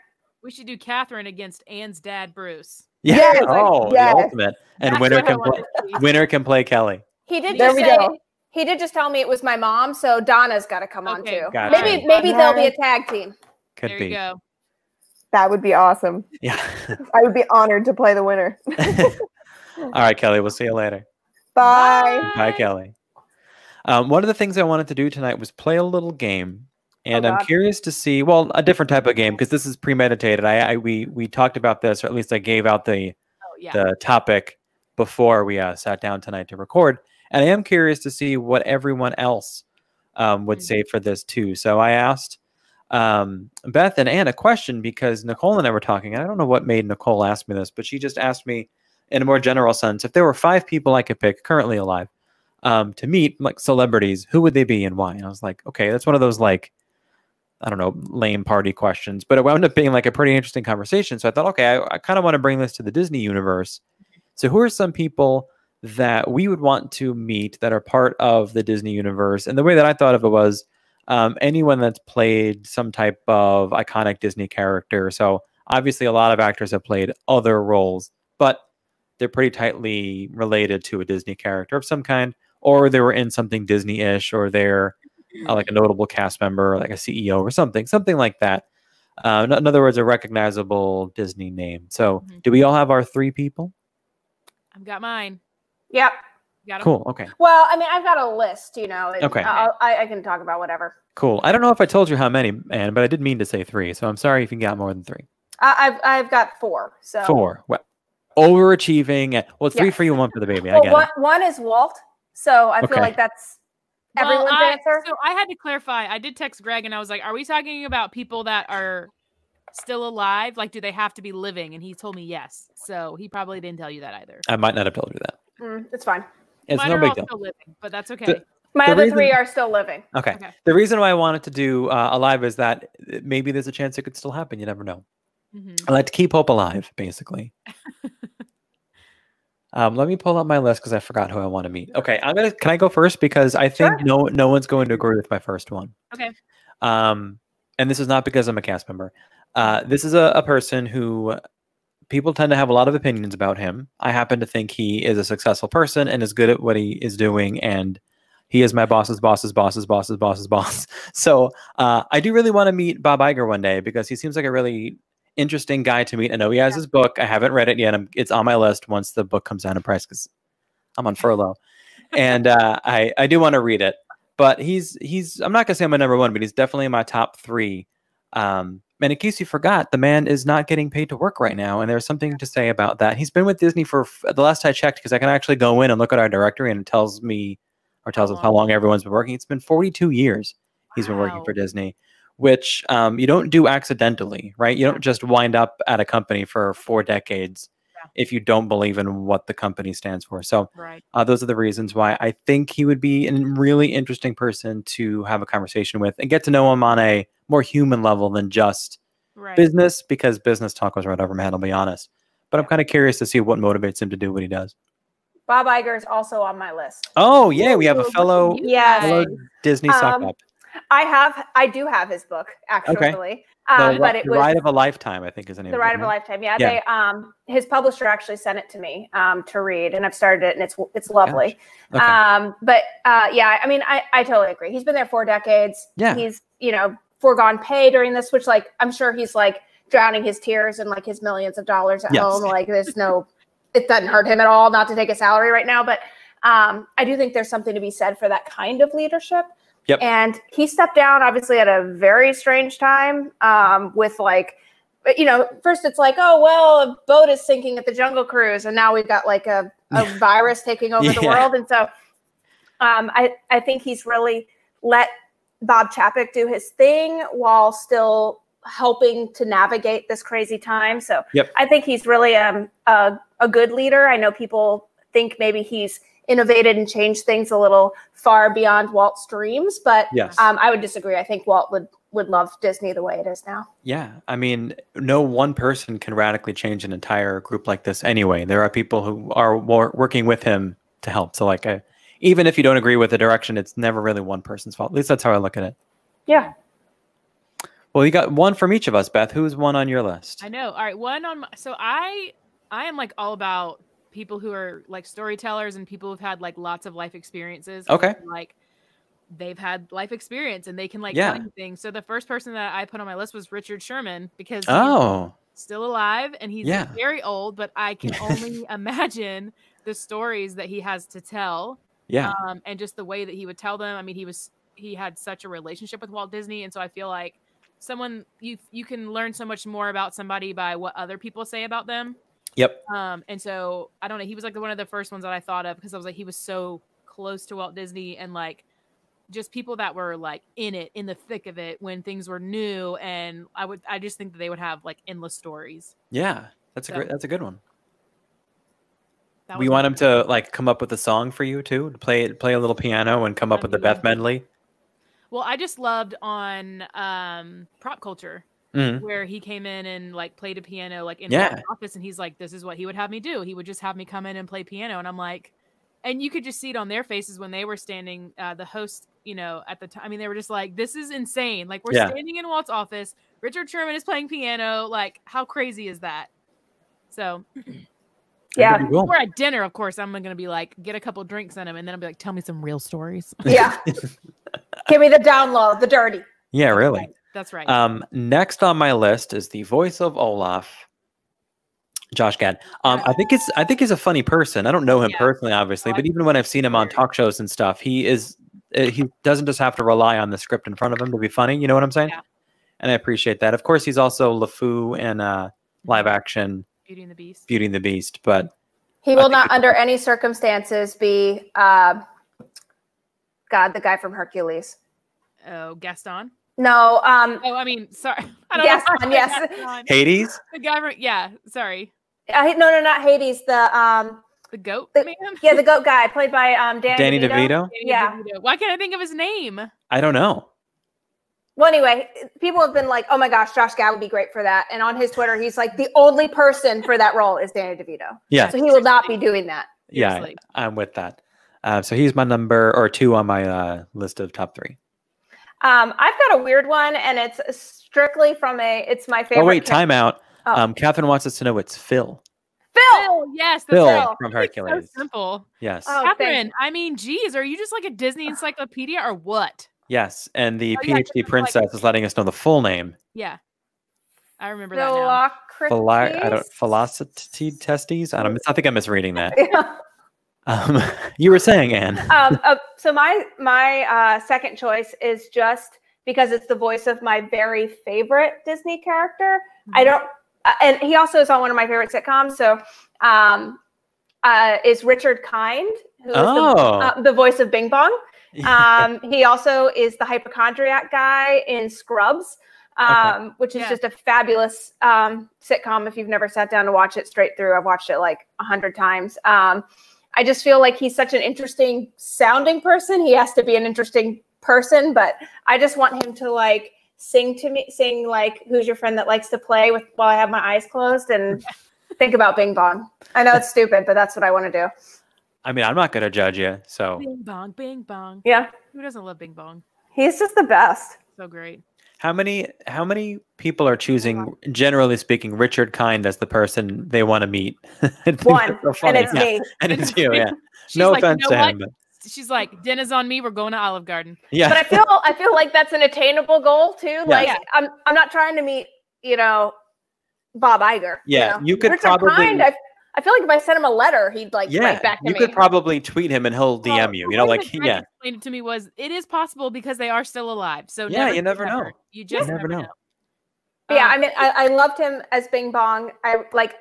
We should do Catherine against Anne's dad, Bruce.
Yeah.
Yes,
*laughs* oh,
yes.
the ultimate. And
That's
winner
what I
can, play,
wanted to see.
winner can play Kelly.
He did
There
just
we
say,
go.
he did just tell me it was my mom, so Donna's got to come
Okay.
on too.
Gotcha.
Maybe maybe they'll be a tag team.
Could
there
be.
you go.
That would be awesome.
Yeah. *laughs*
I would be honored to play the winner. *laughs*
All right, Kelly. We'll see you later.
Bye.
Bye,
Bye.
Kelly. Um, one of the things I wanted to do tonight was play a little game, and I'm
God.
curious to see. Well, a different type of game because this is premeditated. I, I we we talked about this, or at least I gave out the
Oh yeah.
the topic before we uh, sat down tonight to record. And I am curious to see what everyone else um, would
Mhm.
say for this too. So I asked um, Beth and Anne a question because Nicole and I were talking. I don't know what made Nicole ask me this, but she just asked me in a more general sense if there were five people I could pick currently alive um, to meet, like celebrities, who would they be and why? And I was like, okay, that's one of those like I don't know, lame party questions, but it wound up being like a pretty interesting conversation. So I thought, okay, I, I kind of want to bring this to the Disney universe. So who are some people that we would want to meet that are part of the Disney universe? And the way that I thought of it was um, anyone that's played some type of iconic Disney character. So obviously, a lot of actors have played other roles, but they're pretty tightly related to a Disney character of some kind, or they were in something Disney-ish, or they're uh, like a notable cast member, like a CEO or something, something like that. Uh, in, in other words, a recognizable Disney name. So,
Mhm.
do we all have our three people?
I've got mine.
Yep.
Got 'em?
Cool. Okay.
Well, I mean, I've got a list, you know. and
Okay.
I'll, I, I can talk about whatever.
Cool. I don't know if I told you how many, man, but I did mean to say three. So I'm sorry if you got more than three.
I, I've I've got four. So
Four. Well, overachieving. at- Well, three
Yeah.
for you, one for the baby. I
Well,
get
one,
it.
one is Walt. So I
Okay.
feel like that's
Well,
everyone's
I-
answer.
So I had to clarify. I did text Greg and I was like, "Are we talking about people that are still alive? Like, do they have to be living?" And he told me yes. So he probably didn't tell you that either.
I might not have told you that.
Mm, it's fine.
It's
Mine
no
are
big
all
deal.
still living, but that's okay.
My
The
other three
reason-
are still living.
Okay.
Okay.
The reason why I wanted to do uh, alive is that uh, maybe there's a chance it could still happen. You never know.
Mhm.
I like to keep hope alive, basically. um, let me pull up my list because I forgot who I want to meet. Okay, I'm gonna. Can I go first because I think
Sure.
no no one's going to agree with my first one.
Okay.
Um, and this is not because I'm a cast member. Uh, this is a, a person who people tend to have a lot of opinions about him. I happen to think he is a successful person and is good at what he is doing, and he is my boss's boss's boss's boss's boss's boss. *laughs* So uh, I do really want to meet Bob Iger one day because he seems like a really interesting guy to meet. I know he has his book. I haven't read it yet. I'm, it's on my list once the book comes out in price because I'm on furlough, and uh, I I do want to read it. But he's he's I'm not gonna say my number one, but he's definitely in my top three. Um, and in case you forgot, the man is not getting paid to work right now, and there's something to say about that. He's been with Disney for f- the last I checked because I can actually go in and look at our directory and it tells me or tells us how
Wow.
long everyone's been working. It's been 42 years he's been working
Wow.
for Disney, which um, you don't do accidentally, right? You don't just wind up at a company for four decades
Yeah.
if you don't believe in what the company stands for. So
Right.
uh, those are the reasons why I think he would be a really interesting person to have a conversation with and get to know him on a more human level than just
Right.
business, because business talk was right over my head, I'll be honest. But I'm kind of curious to see what motivates him to do what he does.
Bob Iger is also on my list.
Oh, yeah, we have a
Ooh,
fellow
you
Yes.
hello.
guys.
Disney sock
Um,
up.
I have I do have his book actually. Um,
the,
but it
the
was
Ride of a Lifetime, I think is the name.
The
it,
Ride of a
right?
Lifetime. Yeah,
Yeah.
they um his publisher actually sent it to me um to read and I've started it and it's it's lovely.
Okay.
Um but uh yeah, I mean I I totally agree. He's been there four decades.
Yeah.
He's, you know, foregone pay during this which like I'm sure he's like drowning his tears and like his millions of dollars at
Yes.
home like there's no it doesn't hurt him at all not to take a salary right now but um I do think there's something to be said for that kind of leadership.
Yep.
And he stepped down obviously at a very strange time um with like but you know, first it's like, oh well, a boat is sinking at the Jungle Cruise, and now we've got like a,
*laughs*
a virus taking over the
Yeah.
world, and so um, I I think he's really let Bob Chapek do his thing while still helping to navigate this crazy time. So
Yep.
I think he's really um a, a good leader. I know people think maybe he's innovated and changed things a little far beyond Walt's dreams, but
Yes.
Uh,
um, I would disagree. I think Walt would would love Disney the way it is now.
Yeah, I mean, no one person can radically change an entire group like this. Anyway, there are people who are wor- working with him to help. So, like, I, even if you don't agree with the direction, it's never really one person's fault. At least that's how I look at it.
Yeah.
Well, you got one from each of us, Beth. Who's one on your list?
I know. All right, one on. My, so I, I am like all about people who are like storytellers and people who've had like lots of life experiences. and,
Okay.
Like they've had life experience and they can like
Yeah.
tell you things. So the first person that I put on my list was Richard Sherman because he's
Oh,
still alive and he's
Yeah.
very old, but
*laughs*
I can only imagine the stories that he has to tell
yeah.
um, and just the way that he would tell them. I mean, he was he had such a relationship with Walt Disney, and so I feel like someone you you can learn so much more about somebody by what other people say about them.
Yep.
Um, and so I don't know. He was like one of the first ones that I thought of because I was like he was so close to Walt Disney and like just people that were like in it in the thick of it when things were new and i would i just think that they would have like endless stories
Yeah. That's a
So-
great. That's a good one.
that
We
was
want
my-
him to like come up with a song for you too. To play play a little piano and come up with
That'd
the
be
Beth
lovely.
medley.
well i just loved on um prop culture
Mm.
where he came in and like played a piano like in
Yeah.
my office and he's like this is what he would have me do he would just have me come in and play piano and i'm like and you could just see it on their faces when they were standing uh, the host you know, at the time. I mean, they were just like, this is insane. Like, we're
Yeah.
standing in Walt's office. Richard Sherman is playing piano. Like, how crazy is that? So,
Yeah.
Pretty cool.
we're at dinner, of course, I'm going to be like, get a couple drinks in him. And then I'll be like, tell me some real stories. *laughs*
*laughs*
Yeah. Give me the down low, the dirty.
Yeah, really.
That's right.
Um, next on my list is the voice of Olaf, Josh Gad. Um, I think it's I think he's a funny person. I don't know him
Yeah. Oh,
personally, obviously,
I
but even when I've seen him on talk shows and stuff, he is uh, he doesn't just have to rely on the script in front of him to be funny. You know what I'm saying?
Yeah.
And I appreciate that. Of course, he's also LeFou and uh, live action
Beauty and the Beast.
Beauty and the Beast, but
He
I
will
think
not, under any circumstances, be uh, God, the guy from Hercules.
Oh, Gaston.
No, um,
Oh, I mean, sorry. *laughs* I don't know.
Gaston. Yes, *laughs*
Gaston.
Hades.
The guy from, yeah, sorry.
I, no, no, not Hades. The um,
The goat
The-
man?
*laughs*
*laughs*
yeah, the goat guy played by um
Danny
Danny,
DeVito?
Danny
Yeah.
DeVito. Why can't I think of his name?
I don't know.
Well, anyway, people have been like, "Oh my gosh, Josh Gad would be great for that," and on his Twitter, he's like, "The only person for that role is Danny DeVito."
Yeah.
so he will not be doing that.
*laughs* Yeah,
Seriously.
I'm with that. Uh, so he's my number or two on my uh, list of top three.
Um, I've got a weird one, and it's strictly from a. It's my favorite.
Oh wait,
character-
timeout.
Oh.
Um, Catherine wants us to know it's Phil.
Phil.
Phil, yes, that's
Phil
right.
from
It's so
Hercules.
simple.
yes,
Oh, thank
Catherine, I mean, geez, are you just like a Disney encyclopedia or what?
yes, and the
Oh, yeah,
PhD
Catherine's like-
princess is letting us know the full name.
Yeah. I remember that now.
Philocrates.
Phila- I don't
*laughs*
philosophy testes. I don't. I think I'm misreading that. Um, *laughs* you were saying, Anne.
um, uh, so my my uh, second choice is just because it's the voice of my very favorite Disney character. I don't, uh, and he also is on one of my favorite sitcoms. So, um, uh, is Richard Kind, who is the,
Oh.
uh, the voice of Bing Bong. Um, he also is the hypochondriac guy in Scrubs, um, which is
Yeah.
just a fabulous um, sitcom. If you've never sat down to watch it straight through, I've watched it like a hundred times. Um, I just feel like he's such an interesting sounding person. He has to be an interesting person, but I just want him to like sing to me, sing like "Who's your friend that likes to play?" with while I have my eyes closed and think about Bing Bong. I know it's stupid, but that's what I want to do.
I mean, I'm not going to judge you. So,
Bing bong, bing bong.
Yeah,
Who doesn't love bing bong?
he's just the best.
So great.
how many how many people are choosing, generally speaking, Richard Kind as the person they want to meet? *laughs* I think
One,
that's so
and
funny.
it's
yeah. *laughs*
me.
And it's you.
*laughs*
Yeah.
She's
no
like, you
offense
know
to
what?
him, but
She's like, dinner's on me. We're going to Olive Garden.
yeah.
but I feel I feel like that's an attainable goal too. Like
Yeah.
I'm I'm not trying to meet you know Bob Iger.
Yeah,
*laughs* you, know?
you could
Richard
probably-
Kind, I, I feel like if I sent him a letter, he'd like
yeah,
write back to
you
me.
could probably tweet him and he'll DM
Well,
you.
the
You know,
way
like
that Greg
yeah,
Explained it to me was it is possible because they are still alive. So
Yeah, you
say
never know.
You just
never
never
know.
know.
But yeah,
Um,
I mean, I, I loved him as Bing Bong. I like,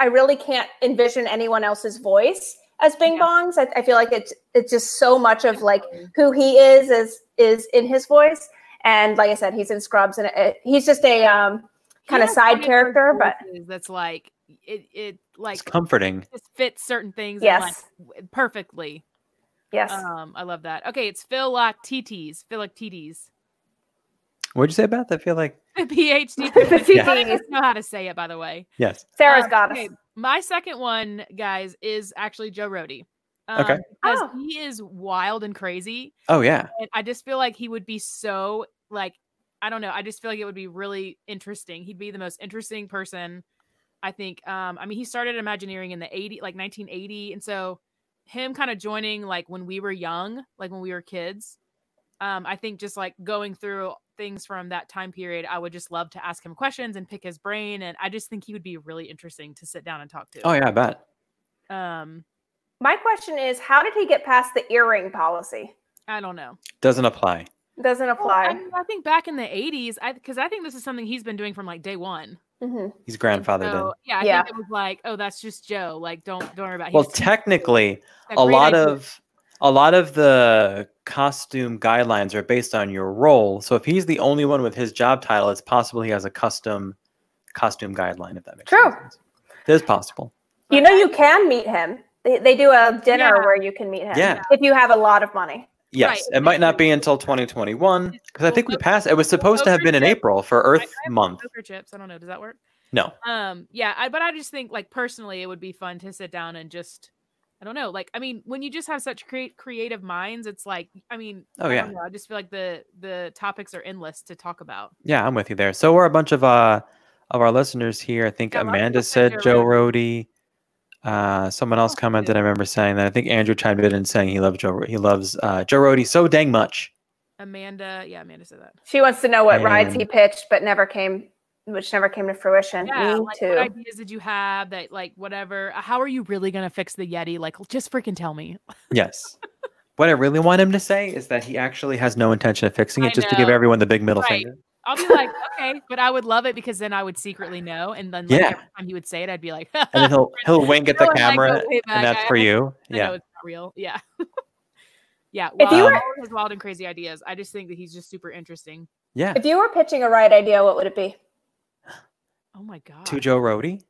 I really can't envision anyone else's voice as Bing
Yeah.
Bong's. I, I feel like it's it's just so much of like who he is is is in his voice. And like I said, he's in Scrubs, and it, he's just a um,
he
kind of
has
side
one those
character. But
voices that's like it. It like
it's comforting.
just fits certain things. and, like,
yes,
w- perfectly.
yes,
Um, I love that. Okay, it's Philoctetes. *laughs* Philoctetes.
What'd you say about that? I feel like
PhD.
*laughs* Yeah.
I don't even know how to say it, by the way.
yes.
Sarah's
Um,
got us.
okay, My second one, guys, is actually Joe Rody. Um,
Okay.
Because
Oh.
he is wild and crazy.
Oh yeah.
And I just feel like he would be so, like, I don't know. I just feel like it would be really interesting. He'd be the most interesting person, I think. Um, I mean, he started Imagineering in the 80, like 1980. And so him kind of joining, like, when we were young, like when we were kids, um, I think just like going through things from that time period, I would just love to ask him questions and pick his brain. And I just think he would be really interesting to sit down and talk to.
Oh yeah. I bet.
Um,
My question is, how did he get past the earring policy?
I don't know.
Doesn't apply.
Doesn't
Well, I,
apply.
mean, I think back in the 80s, I because I think this is something he's been doing from like day one.
Mhm.
Mm-hmm.
He's grandfathered
So, yeah, I
Yeah.
think it was like, oh, that's just Joe. Like, don't don't worry about.
in.
it.
Well,
He's-
technically,
he's got
a
great
lot
ideas."
of a lot of the costume guidelines are based on your role. So if he's the only one with his job title, it's possible he has a custom costume guideline. If that makes
True.
any sense. It is possible.
You know, you can meet him. They, they do a dinner
Yeah.
where you can meet him
Yeah.
if you have a lot of money.
Yes,
Right,
it might not be
exactly.
until 2021 because I
Well,
think we
no-
passed. It was supposed to have been in
ownership-
April for
I-
Earth
I-
Month.
poker chips. I don't know. Does that work?
No.
Um, yeah, I, but I just think like personally, it would be fun to sit down and just I don't know. Like, I mean, when you just have such create creative minds, it's like, I mean,
Oh,
I
yeah.
don't know, I just feel like the the topics are endless to talk about.
Yeah, I'm with you there. So we're a bunch of uh of our listeners here. I think
Yeah, a lot of
Amanda
people said
said
Joe
Joe Rody. Uh, someone else
Oh,
commented.
good.
I remember saying that. I think Andrew chimed in and saying he loved Joe. He loves uh, Joe Rody so dang much.
Amanda, yeah, Amanda said that.
She wants to know what rides
And-
he pitched, but never came, which never came to fruition.
Yeah,
Me
like what
too.
ideas did you have that like whatever? uh, How are you really gonna fix the Yeti? Like, just freaking tell me.
Yes. what I really want him to say is that he actually has no intention of fixing
I
it, just to give
know.
everyone the big middle
Right.
finger.
I'll be like, okay, but I would love it because then I would secretly know, and then like,
Yeah.
every time he would say it, I'd be like,
And
*laughs*
then he'll he'll wink at the
No, and I go
camera,
way back,
and that's
"Oh, I
for
almost-
you.
*laughs* I know
Yeah.
it's not real. Yeah. *laughs* yeah.
If you
wild-
were-
his wild and crazy ideas. I just think that he's just super interesting.
Yeah.
If you were pitching a ride idea, what would it be?
Oh my god.
To Joe Rody.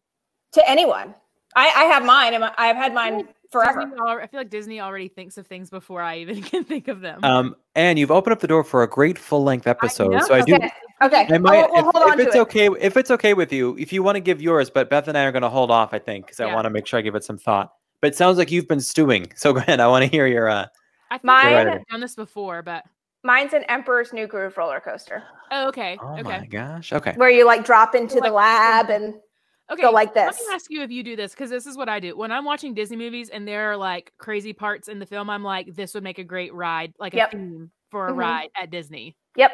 To anyone. I, I have mine. and I- I've had mine forever.
Disney al- I feel like Disney already thinks of things before I even *laughs* can think of them.
Mm-hmm.
Um, and you've opened up the door for a great full length episode. so I do
Okay. Okay. Oh,
I might,
well, we'll
if,
hold
if
on to
it's
it.
okay, if it's okay with you, if you want to give yours, but Beth and I are going to hold off, I think, because I
Yeah.
want to make sure I give it some thought. But it sounds like you've been stewing, so *laughs* go ahead. I want to hear your. Uh,
I think
Mine-
You're right,
I've done this before, but
Mine's an Emperor's New Groove roller coaster
oh, okay,
oh
okay,
my gosh! Okay,
where you like drop into the
Like-
lab and
okay.
go like
Let
this.
me ask you if you do this because this is what I do when I'm watching Disney movies and there are like crazy parts in the film. I'm like, this would make a great ride, like
Yep.
a theme for a
Mhm.
ride at Disney.
Yep.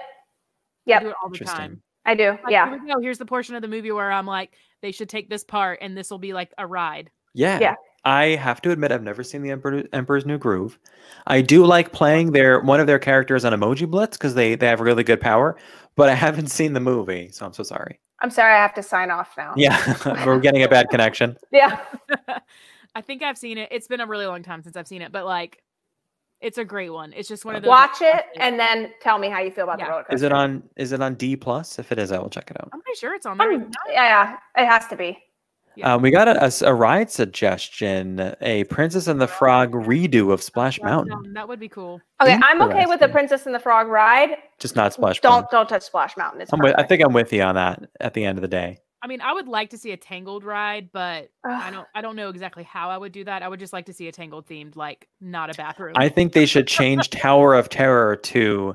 I
Yep.
do it all the
interesting.
time.
I do.
Like,
yeah.
Here we go. Here's the portion of the movie where I'm like, they should take this part and this will be like a ride.
Yeah.
Yeah.
I have to admit, I've never seen the Emperor, Emperor's New Groove. I do like playing their one of their characters on Emoji Blitz because they they have really good power, but I haven't seen the movie, so I'm so sorry.
I'm sorry. I have to sign off now.
Yeah, *laughs* we're getting a bad connection.
*laughs*
Yeah.
I think I've seen it. It's been a really long time since I've seen it, but like, it's a great one. It's just one of those. like,
Watch it
classic-
and then tell me how you feel about
Yeah.
the roller coaster.
Is it on? Is it on D plus? If it is, I will check it out.
I'm pretty sure it's on there.
Um,
isn't it?
yeah, it has to be.
Yeah.
Um, we got a, a s- a ride suggestion: a Princess and the Frog redo of Splash
That
Mountain,
sound- That would be cool.
Okay, I'm okay with the
Interesting.
Princess and the Frog ride.
just not Splash
Don't
Mountain.
don't touch Splash Mountain. It's
I'm with, I
perfect.
think I'm with you on that. At the end of the day,
I mean, I would like to see a Tangled ride, but I
Ugh.
don't. I don't know exactly how I would do that. I would just like to see a Tangled themed, like not a bathroom.
I think they should
*laughs*
change Tower of Terror to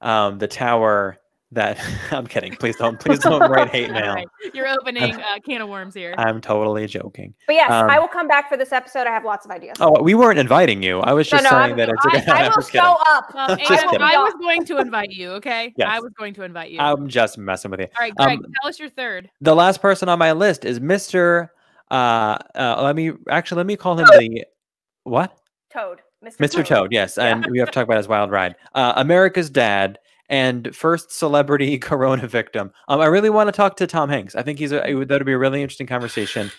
um, the tower that *laughs* I'm kidding. Please don't, please don't write
*laughs*
hate
*laughs* All
mail.
right, You're opening a can of worms here.
I'm totally joking.
But yes, I
um,
will come back for this episode. I have lots of ideas.
Oh, we weren't inviting you. I was
no,
just
no,
saying
I'm-
that it's. okay. *laughs*
I, I
I'm
will
just kidding.
show
*laughs*
up.
Well,
Just
Anna,
kidding.
Um, I was going to invite you. Okay, I
Yes.
was going to invite you.
I'm just messing with you.
All right, Greg,
um,
tell us your third.
the last person on my list is Mr. Uh, uh, let me actually let me call
*laughs*
him the what?
Toad, Mr.
Mr. Toad, yes, and we have to talk about his wild ride. Uh, America's dad and first celebrity *laughs* corona victim. Um, I really want to talk to Tom Hanks. I think he's a, it would- that'd be a really interesting conversation.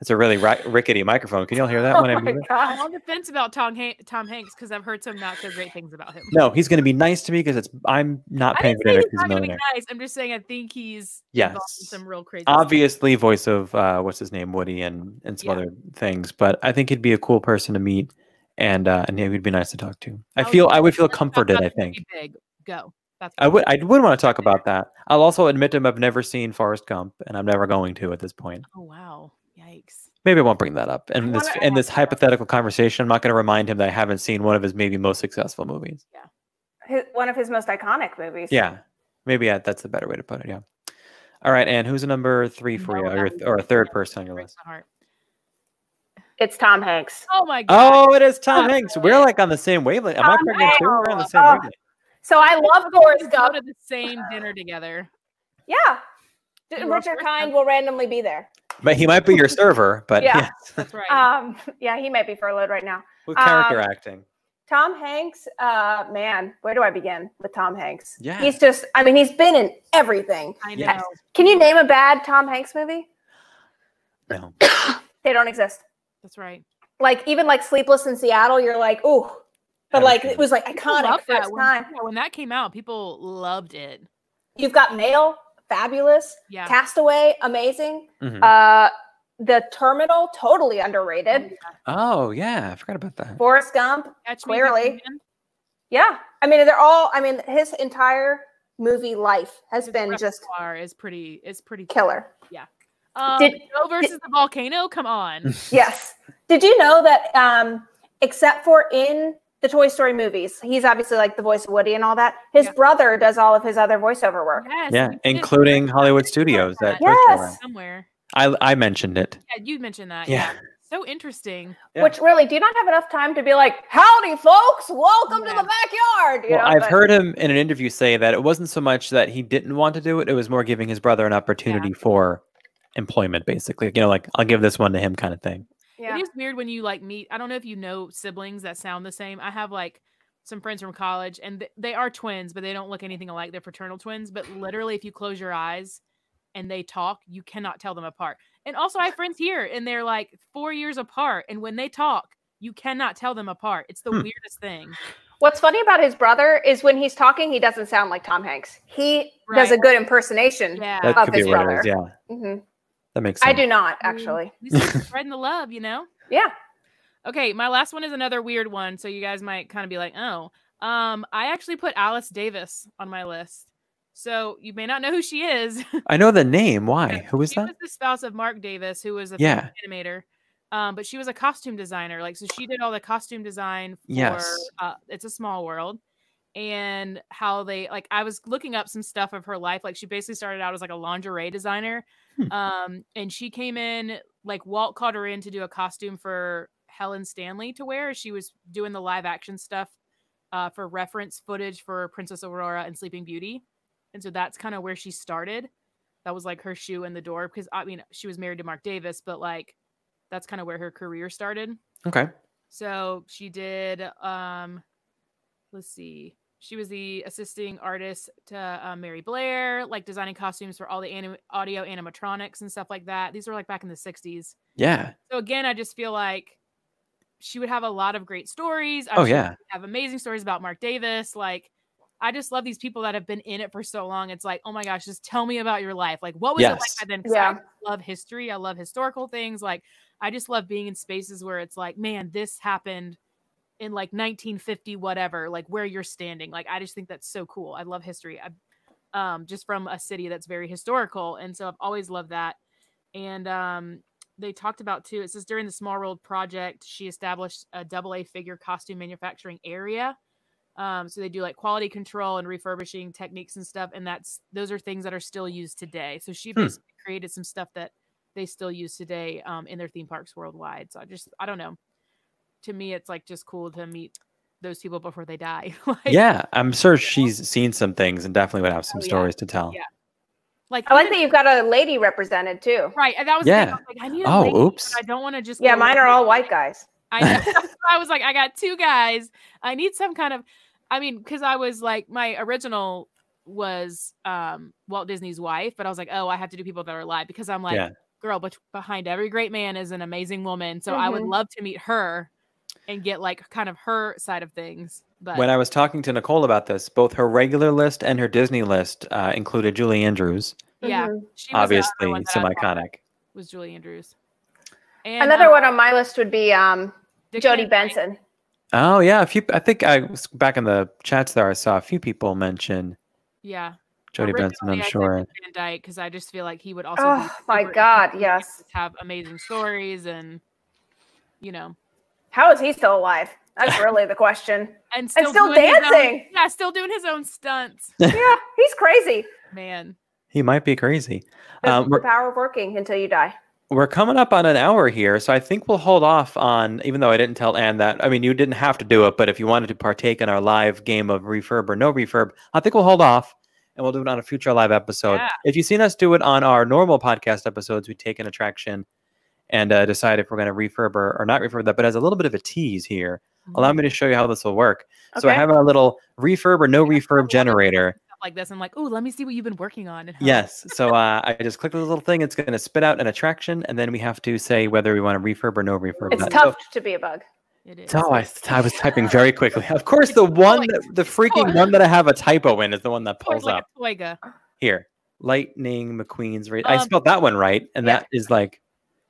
That's a really ri- rickety microphone. Can y'all hear that
*laughs* Oh
when I
*laughs*
my
move it?
I'm
God.
on the fence about Tom, Han- Tom Hanks because I've heard some not so great things about
*laughs*
him.
No, he's going to be nice to me because it's I'm not
I
paying
didn't
for
say
dinner.
he's
'cause He's a
not going to be
millionaire.
nice. I'm just saying I think he's involved in
Yes.
some real crazy. stuff.
Obviously, voice of uh, what's his name, Woody, and and some
Yeah.
other things. But I think he'd be a cool person to meet, and uh, and he would be nice to talk to. I
would
feel
love
I would
to-
feel
Oh, let's talk
comforted.
about
I
the movie
think.
Big. Go. That's
I
fine.
would I would want to talk about that. I'll also admit to him I've never seen Forrest Gump and I'm never going to at this point.
Oh wow! Yikes.
Maybe I won't bring that up. And this
wanna- I
in this hypothetical conversation, I'm not going to remind him that I haven't seen one of his maybe most successful movies.
His- one of his most iconic movies.
Yeah. Maybe I, that's the better way to put it, yeah. All right, and who's number 3 for
No,
you
that
or,
was-
or a third
yeah,
person on your
Breaks
list?
my heart.
it's Tom Hanks.
Oh my god.
Oh, it is Tom Hanks. We're like on the same wavelength. Am I
Tom
pregnant too? We're on the
Hanks.
same
Oh.
wavelength.
So I love Forrest
go
Gump.
to the same dinner together.
Yeah, D-
You love
Richard
Forrest
Kind
Gump.
will randomly be there.
But he might be your server, but
Yeah.
yes, *laughs*
That's right.
Um, *laughs* yeah, he might be furloughed right now.
with character
Um,
acting.
Tom Hanks, uh, man, where do I begin with Tom Hanks?
Yeah.
He's just, I mean, he's been in everything.
I know.
yes.
Can you name a bad Tom Hanks movie?
No.
They don't exist.
That's right.
Like, even like Sleepless in Seattle, you're like, ooh, but
Haven't
like,
seen
it was like
People
iconic
loved that
first
when-
time.
yeah, when that came out, people loved it.
You've got Mail, fabulous.
Yeah.
Castaway, amazing.
Mhm.
Uh, the Terminal, totally underrated.
Oh, yeah, I forgot about that.
Forrest Gump,
Catch Me If You
Clearly.
Can.
yeah. I mean, they're all, I mean, his entire movie life has
His
been just
repertoire is pretty is pretty
killer.
Yeah. Um,
Did-
Joe versus the volcano.
*laughs*
Come on.
Yes. Did you know that um except for in the Toy Story movies, he's obviously like the voice of Woody and all that. His
Yeah.
brother does all of his other voiceover work.
Yes,
yeah,
we did
including
talk
Hollywood
about
Studios. That Toy
that
Story
Yes.
one.
somewhere.
I I mentioned it.
Yeah, you mentioned that.
Yeah.
So interesting.
Yeah.
Which really, do you not have enough time to be like, "Howdy, folks! Welcome
Yeah.
to the backyard." You
Well,
know,
I've
but-
heard him in an interview say that it wasn't so much that he didn't want to do it; it was more giving his brother an opportunity for employment, basically. You know, like I'll give this one to him, kind of thing.
Yeah.
It is weird when you like meet. I don't know if you know siblings that sound the same. I have like some friends from college, and th- they are twins, but they don't look anything alike. They're fraternal twins, but literally, if you close your eyes and they talk, you cannot tell them apart. And also, I have friends here, and they're like four years apart, and when they talk, you cannot tell them apart. It's the
Hmm.
weirdest thing.
What's funny about his brother is when he's talking, he doesn't sound like Tom Hanks. He does
Right.
a good impersonation.
Yeah,
That
Of
could be
his
what
brother.
it is. Yeah,
Mm-hmm.
Mhm.
that makes sense.
I do not
Mm-hmm.
actually.
We still
*laughs*
spreading the love, you know.
Yeah.
Okay, my last one is another weird one, so you guys might kind of be like, "Oh." Um, I actually put Alice Davis on my list. So you may not know who she is.
I know the name. Why?
Yeah,
Who is
*laughs* she
that?
was the spouse of Mark Davis, who was a
Yeah.
yeah. animator. Um, but she was a costume designer. Like, so she did all the costume design for
Yes.
uh, It's a Small World and how they like I was looking up some stuff of her life. Like she basically started out as like a lingerie designer.
Hmm.
Um, and she came in, like Walt called her in to do a costume for Helen Stanley to wear. as She was doing the live action stuff uh, for reference footage for Princess Aurora and Sleeping Beauty. And so that's kind of where she started. That was like her shoe in the door because I mean, she was married to Mark Davis, but like that's kind of where her career started.
Okay.
So she did. Um, let's see. She was the assisting artist to uh, Mary Blair, like designing costumes for all the anim- audio animatronics and stuff like that. These were like back in the '60s.
Yeah.
So again, I just feel like she would have a lot of great stories. I'm
Oh
sure she
yeah.
would have amazing stories about Mark Davis. Like, I just love these people that have been in it for so long. It's like, oh my gosh, just tell me about your life. Like, what was it like
Yes.
back then? 'Cause I
Yeah.
love history. I love historical things. Like I just love being in spaces where it's like, man, this happened in like 1950, whatever, like where you're standing. Like I just think that's so cool. I love history. I um just from a city that's very historical. And so I've always loved that. And um they talked about too, it says during the Small World project, she established a double A figure costume manufacturing area. Um, so they do like quality control and refurbishing techniques and stuff, and that's those are things that are still used today. So she
Hmm.
basically created some stuff that they still use today um, in their theme parks worldwide. So I just I don't know. To me, it's like just cool to meet those people before they die. *laughs* like,
Yeah. I'm sure she's seen some things and definitely would have some
Oh, yeah.
stories to tell.
Yeah. like
I like
even-
that you've got a lady represented too.
Right, and that was the thing, I
Yeah.
was like, I need a
Oh,
lady, but
oops.
I don't want to just.
Yeah,
go
mine
with
are
it.
all white guys.
I know. *laughs* I was like, I got two guys. I need some kind of, I mean, because I was like, my original was um Walt Disney's wife, but I was like, oh, I have to do people that are alive because I'm like,
Yeah.
girl, but behind every great man is an amazing woman. So I would
Mhm.
love to meet her and get like kind of her side of things. But
When I was talking to Nicole about this, both her regular list and her Disney list uh, included Julie Andrews,
yeah,
Mhm.
uh,
she was the other
obviously
one that
some
I thought
iconic.
was Julie Andrews. And um,
Another one on my list would be um Jodie Benson.
Oh yeah, a few. I think I was back in the chats there. I saw a few people mention
Yeah.
Jodie Benson.
Originally,
I'm
I said
sure.
Dick Van Dyke because I just feel like he would also. be
Oh my
super
God,
interesting and
yes.
just Have amazing stories and, you know,
How is he still alive?
*laughs*
That's really the question.
and still,
And still
doing his
*laughs*
own-
dancing.
yeah, still doing his own stunts.
yeah, he's crazy.
Man,
He might be crazy.
This
Um,
is
we're-
the power of working until you die.
We're coming up on an hour here, so I think we'll hold off on, even though I didn't tell Anne that. I mean, you didn't have to do it, but if you wanted to partake in our live game of refurb or no refurb, I think we'll hold off and we'll do it on a future live episode.
Yeah.
If you've seen us do it on our normal podcast episodes, we take an attraction and uh, decide if we're going to refurb or, or not refurb that. But as a little bit of a tease here, allow
Mm-hmm.
me to show you how this will work. So I
Okay.
have a little refurb or no
Yeah, I love
refurb
it.
generator.
stuff like this. I'm like, oh, let me see what you've been working on. and how-"
Yes. So uh, I just click the little thing. It's going to spit out an attraction, and then we have to say whether we want to refurb or no refurb.
It's
that.
tough to be a bug.
it is.
So, so I, I was typing very quickly. Of course, the one, that, the freaking one that I have a typo in is the one that
Or
pulls
it's like
up
a toiga.
here. Lightning McQueen's. Ra- I
Um,
spelled that one right, and
yeah.
that is like.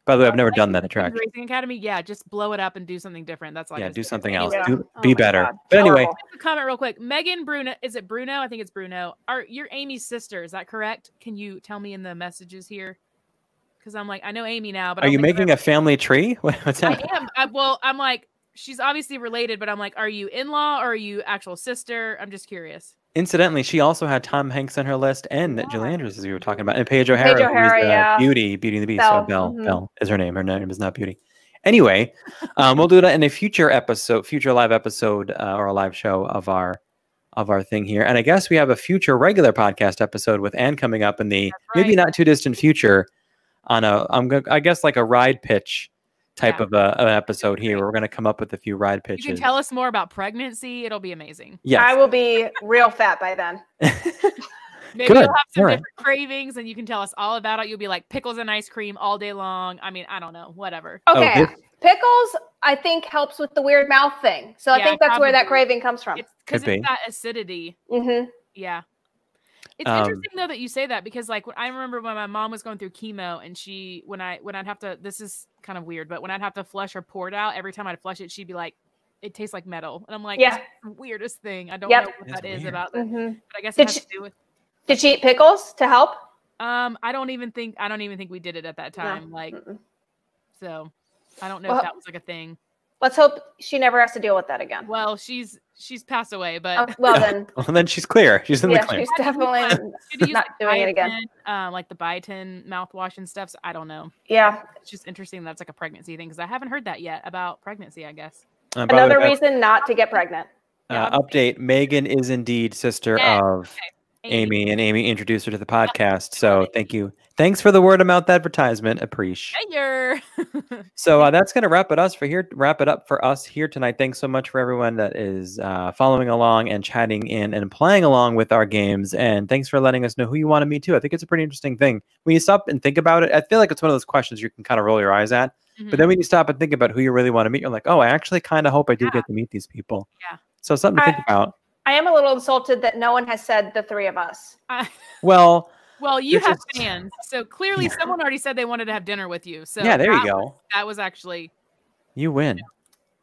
By the way, I've
Oh,
never
like
done that
Like
attraction.
Racing Academy, yeah, just blow it up and do something different. That's like
Yeah, do something else.
Yeah.
Do,
Oh
be
my
better.
God,
But anyway,
terrible.
Comment real quick. Megan Bruno, is it Bruno? I think it's Bruno. Are you're Amy's sister? Is that correct? Can you tell me in the messages here? because I'm like, I know Amy now, but
Are you making a family tree? *laughs* What- What's
I
happening?
am. I, well, I'm like, she's obviously related, but I'm like, are you in law or are you actual sister? I'm just curious.
Incidentally, she also had Tom Hanks on her list and that Julie
Yeah.
Andrews, as we were talking about, and Paige O'Hara, who is
O'Hara,
the
yeah.
Beauty, Beauty and the Beast. Oh,
Belle,
Belle,
mhm.
Belle is her name. Her name is not Beauty. Anyway, um, we'll do that in a future episode, future live episode uh, or a live show of our of our thing here. And I guess we have a future regular podcast episode with Anne coming up in the
That's
maybe
right.
not too distant future on a I'm go- I guess like a ride pitch type
Yeah.
of a, an episode here. Where we're going to come up with a few ride
You
pitches.
can tell us more about pregnancy. It'll be amazing.
Yes.
I will be real fat by then.
Maybe
Good.
you'll have some
All right.
different cravings and you can tell us all about it. You'll be like pickles and ice cream all day long. I mean, I don't know, whatever.
Oh,
Okay.
this-
Pickles, I think, helps with the weird mouth thing. So
Yeah,
I think that's where that
probably.
craving comes from.
It's because
Could
it's
be.
that acidity.
hmm
Yeah. It's
Um,
interesting though that you say that because like when- I remember when my mom was going through chemo and she when I when I'd have to this is kind of weird, but when I'd have to flush her port out, every time I'd flush it, she'd be like, It tastes like metal. And I'm like,
Yeah.
"That's the weirdest thing. I don't
Yep.
know what
That's
that is
weird.
about that.
hmm
But I guess
Did
it has to do with
Did she eat pickles to help?
um I don't even think I don't even think we did it at that
No.
time. Like
Mm-mm.
so I don't know
Well-
if that was like a thing.
Let's hope she never has to deal with that again.
Well, she's she's passed away,
Oh,
*laughs* but
well
*laughs*
then,
Well, then she's clear. She's in
yeah,
the clear.
she's definitely
should use
not doing it again.
Biotin, um, like the biotin mouthwash and stuff. So I don't know.
yeah.
It's just interesting that's like a pregnancy thing because I haven't heard that yet about pregnancy. I guess.
Uh, by the way,
Another
that's-
reason not to get pregnant.
Uh, update Megan is indeed sister
Yes,
of Amy, and Amy introduced her to the podcast. So thank you. Thanks for the word of mouth advertisement. Appreciate.
Hey-er.
So uh, that's going to wrap it us for here. Wrap it up for us here tonight. Thanks so much for everyone that is uh, following along and chatting in and playing along with our games. And thanks for letting us know who you want to meet too. I think it's a pretty interesting thing when you stop and think about it. I feel like it's one of those questions you can kind of roll your eyes at.
Mm-hmm.
But
Hmm.
then when you stop and think about who you really want to meet, you're like, oh, I actually kind of hope I do
Yeah.
get to meet these people.
Yeah.
So something to
I-
think about.
I am a little insulted that no one has said the three of us.
I-
Well,
well, you
You're
have
just-
fans, so clearly someone already said they wanted to have dinner with you. So
yeah, there you
that-
go.
That was actually
You win.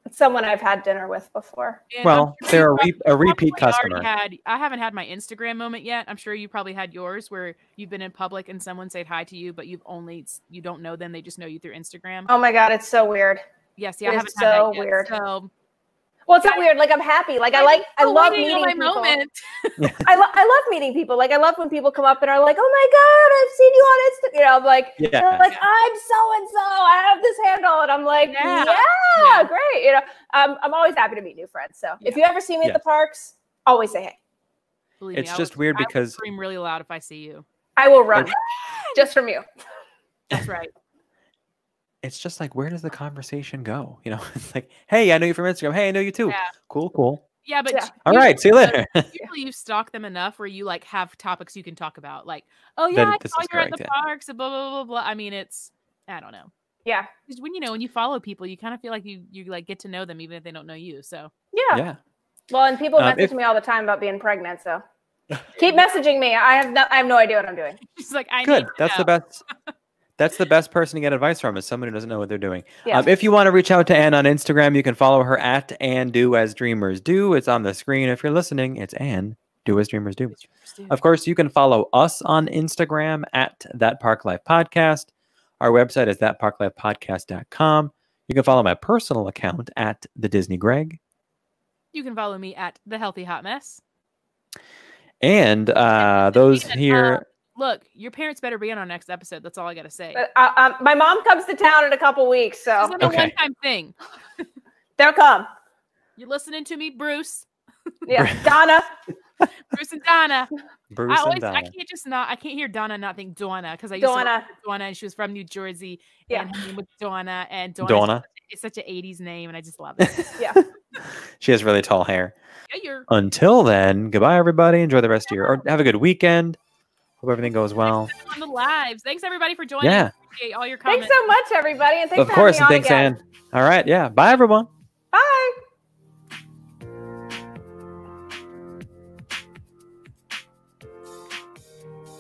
It's someone I've had dinner with before.
and I'm
Well,
sure
they're
you
a, re- a
probably
repeat
already
customer.
Had, I haven't had my Instagram moment yet. I'm sure you probably had yours where you've been in public and someone said hi to you, but you've only you don't know them; they just know you through Instagram.
Oh my god, it's so weird.
Yes,
It
yeah, I
is
haven't had
so
that yet,
weird.
So
Well, it's not weird. Like I'm happy. Like I like I
I'm
love
waiting
meeting
on my
people.
moment.
I, lo- I love meeting people. Like I love when people come up and are like, "Oh my god, I've seen you on Instagram." You know, I'm like,
Yeah.
they're like I'm so and so. I have this handle, and I'm like,
Yeah.
yeah,
Yeah.
great. You know, um, I'm always happy to meet new friends. So if you ever see me
Yeah.
at the parks, always say hey.
Believe me,
It's
I
just
would-
weird
I would
because
scream really loud if I see you.
I will run *laughs* just from you.
That's right.
it's just like, where does the conversation go? *laughs* You know, it's like, hey, I know you from Instagram. Hey, I know you too.
Yeah.
Cool, cool.
Yeah, but
Yeah.
j-
All
usually
right, see you
though,
later.
Usually you stalk them enough where you like have topics you can talk about. Like, oh
Then
yeah, I
this
saw
is
you're at the
correct,
parks. Blah blah blah blah. I mean, it's I don't know.
Yeah,
'Cause When you know when you follow people, you kind of feel like you you like get to know them even if they don't know you. So *laughs*
*laughs*
yeah.
yeah.
Well, and people
Um,
message
if-
me all the time about being pregnant.
*laughs*
So keep messaging me. I have no, I have no idea what I'm doing.
Um,
she's like, I
Good.
Need to
That's the
know. *laughs*
best. That's the best person to get advice from is someone who doesn't know what they're doing.
Yeah.
Um, if you want to reach out to Anne on Instagram, you can follow her at and do as dreamers do. It's on the screen. If you're listening, it's Anne do as dreamers do. Of course, you can follow us on Instagram at That Park Life Podcast. Our website is thatparklifepodcast.com. You can follow my personal account at the Disney Greg.
You can follow me at the healthy hot mess.
And uh,
the
those
season,
here,
Look, your parents better be on our next episode. That's all I gotta say.
But, uh, um, my mom comes to town in a couple weeks,
This
so
isn't a
Okay.
one-time thing.
*laughs*
they'll come.
You're listening to me, Bruce,
Yeah, Donna.
Bruce and Donna.
*laughs* Bruce
I always,
and Donna.
I can't just not, I can't hear Donna not think Donna because I used to
Donna.
love Donna and she was from New Jersey
Yeah.
and her name was Donna and Donna,
Donna.
is such an '80s name and I just love it.
She has really tall hair.
yeah, you're
Until then, goodbye, everybody. Enjoy the rest of your, or have a good weekend. Hope everything goes well.
on the lives. Thanks everybody for joining.
Yeah,
Appreciate all your comments.
Thanks so much, everybody, and thanks
of
for
course.
having me
And
on
thanks,
again.
Anne. All right. Yeah. Bye, everyone.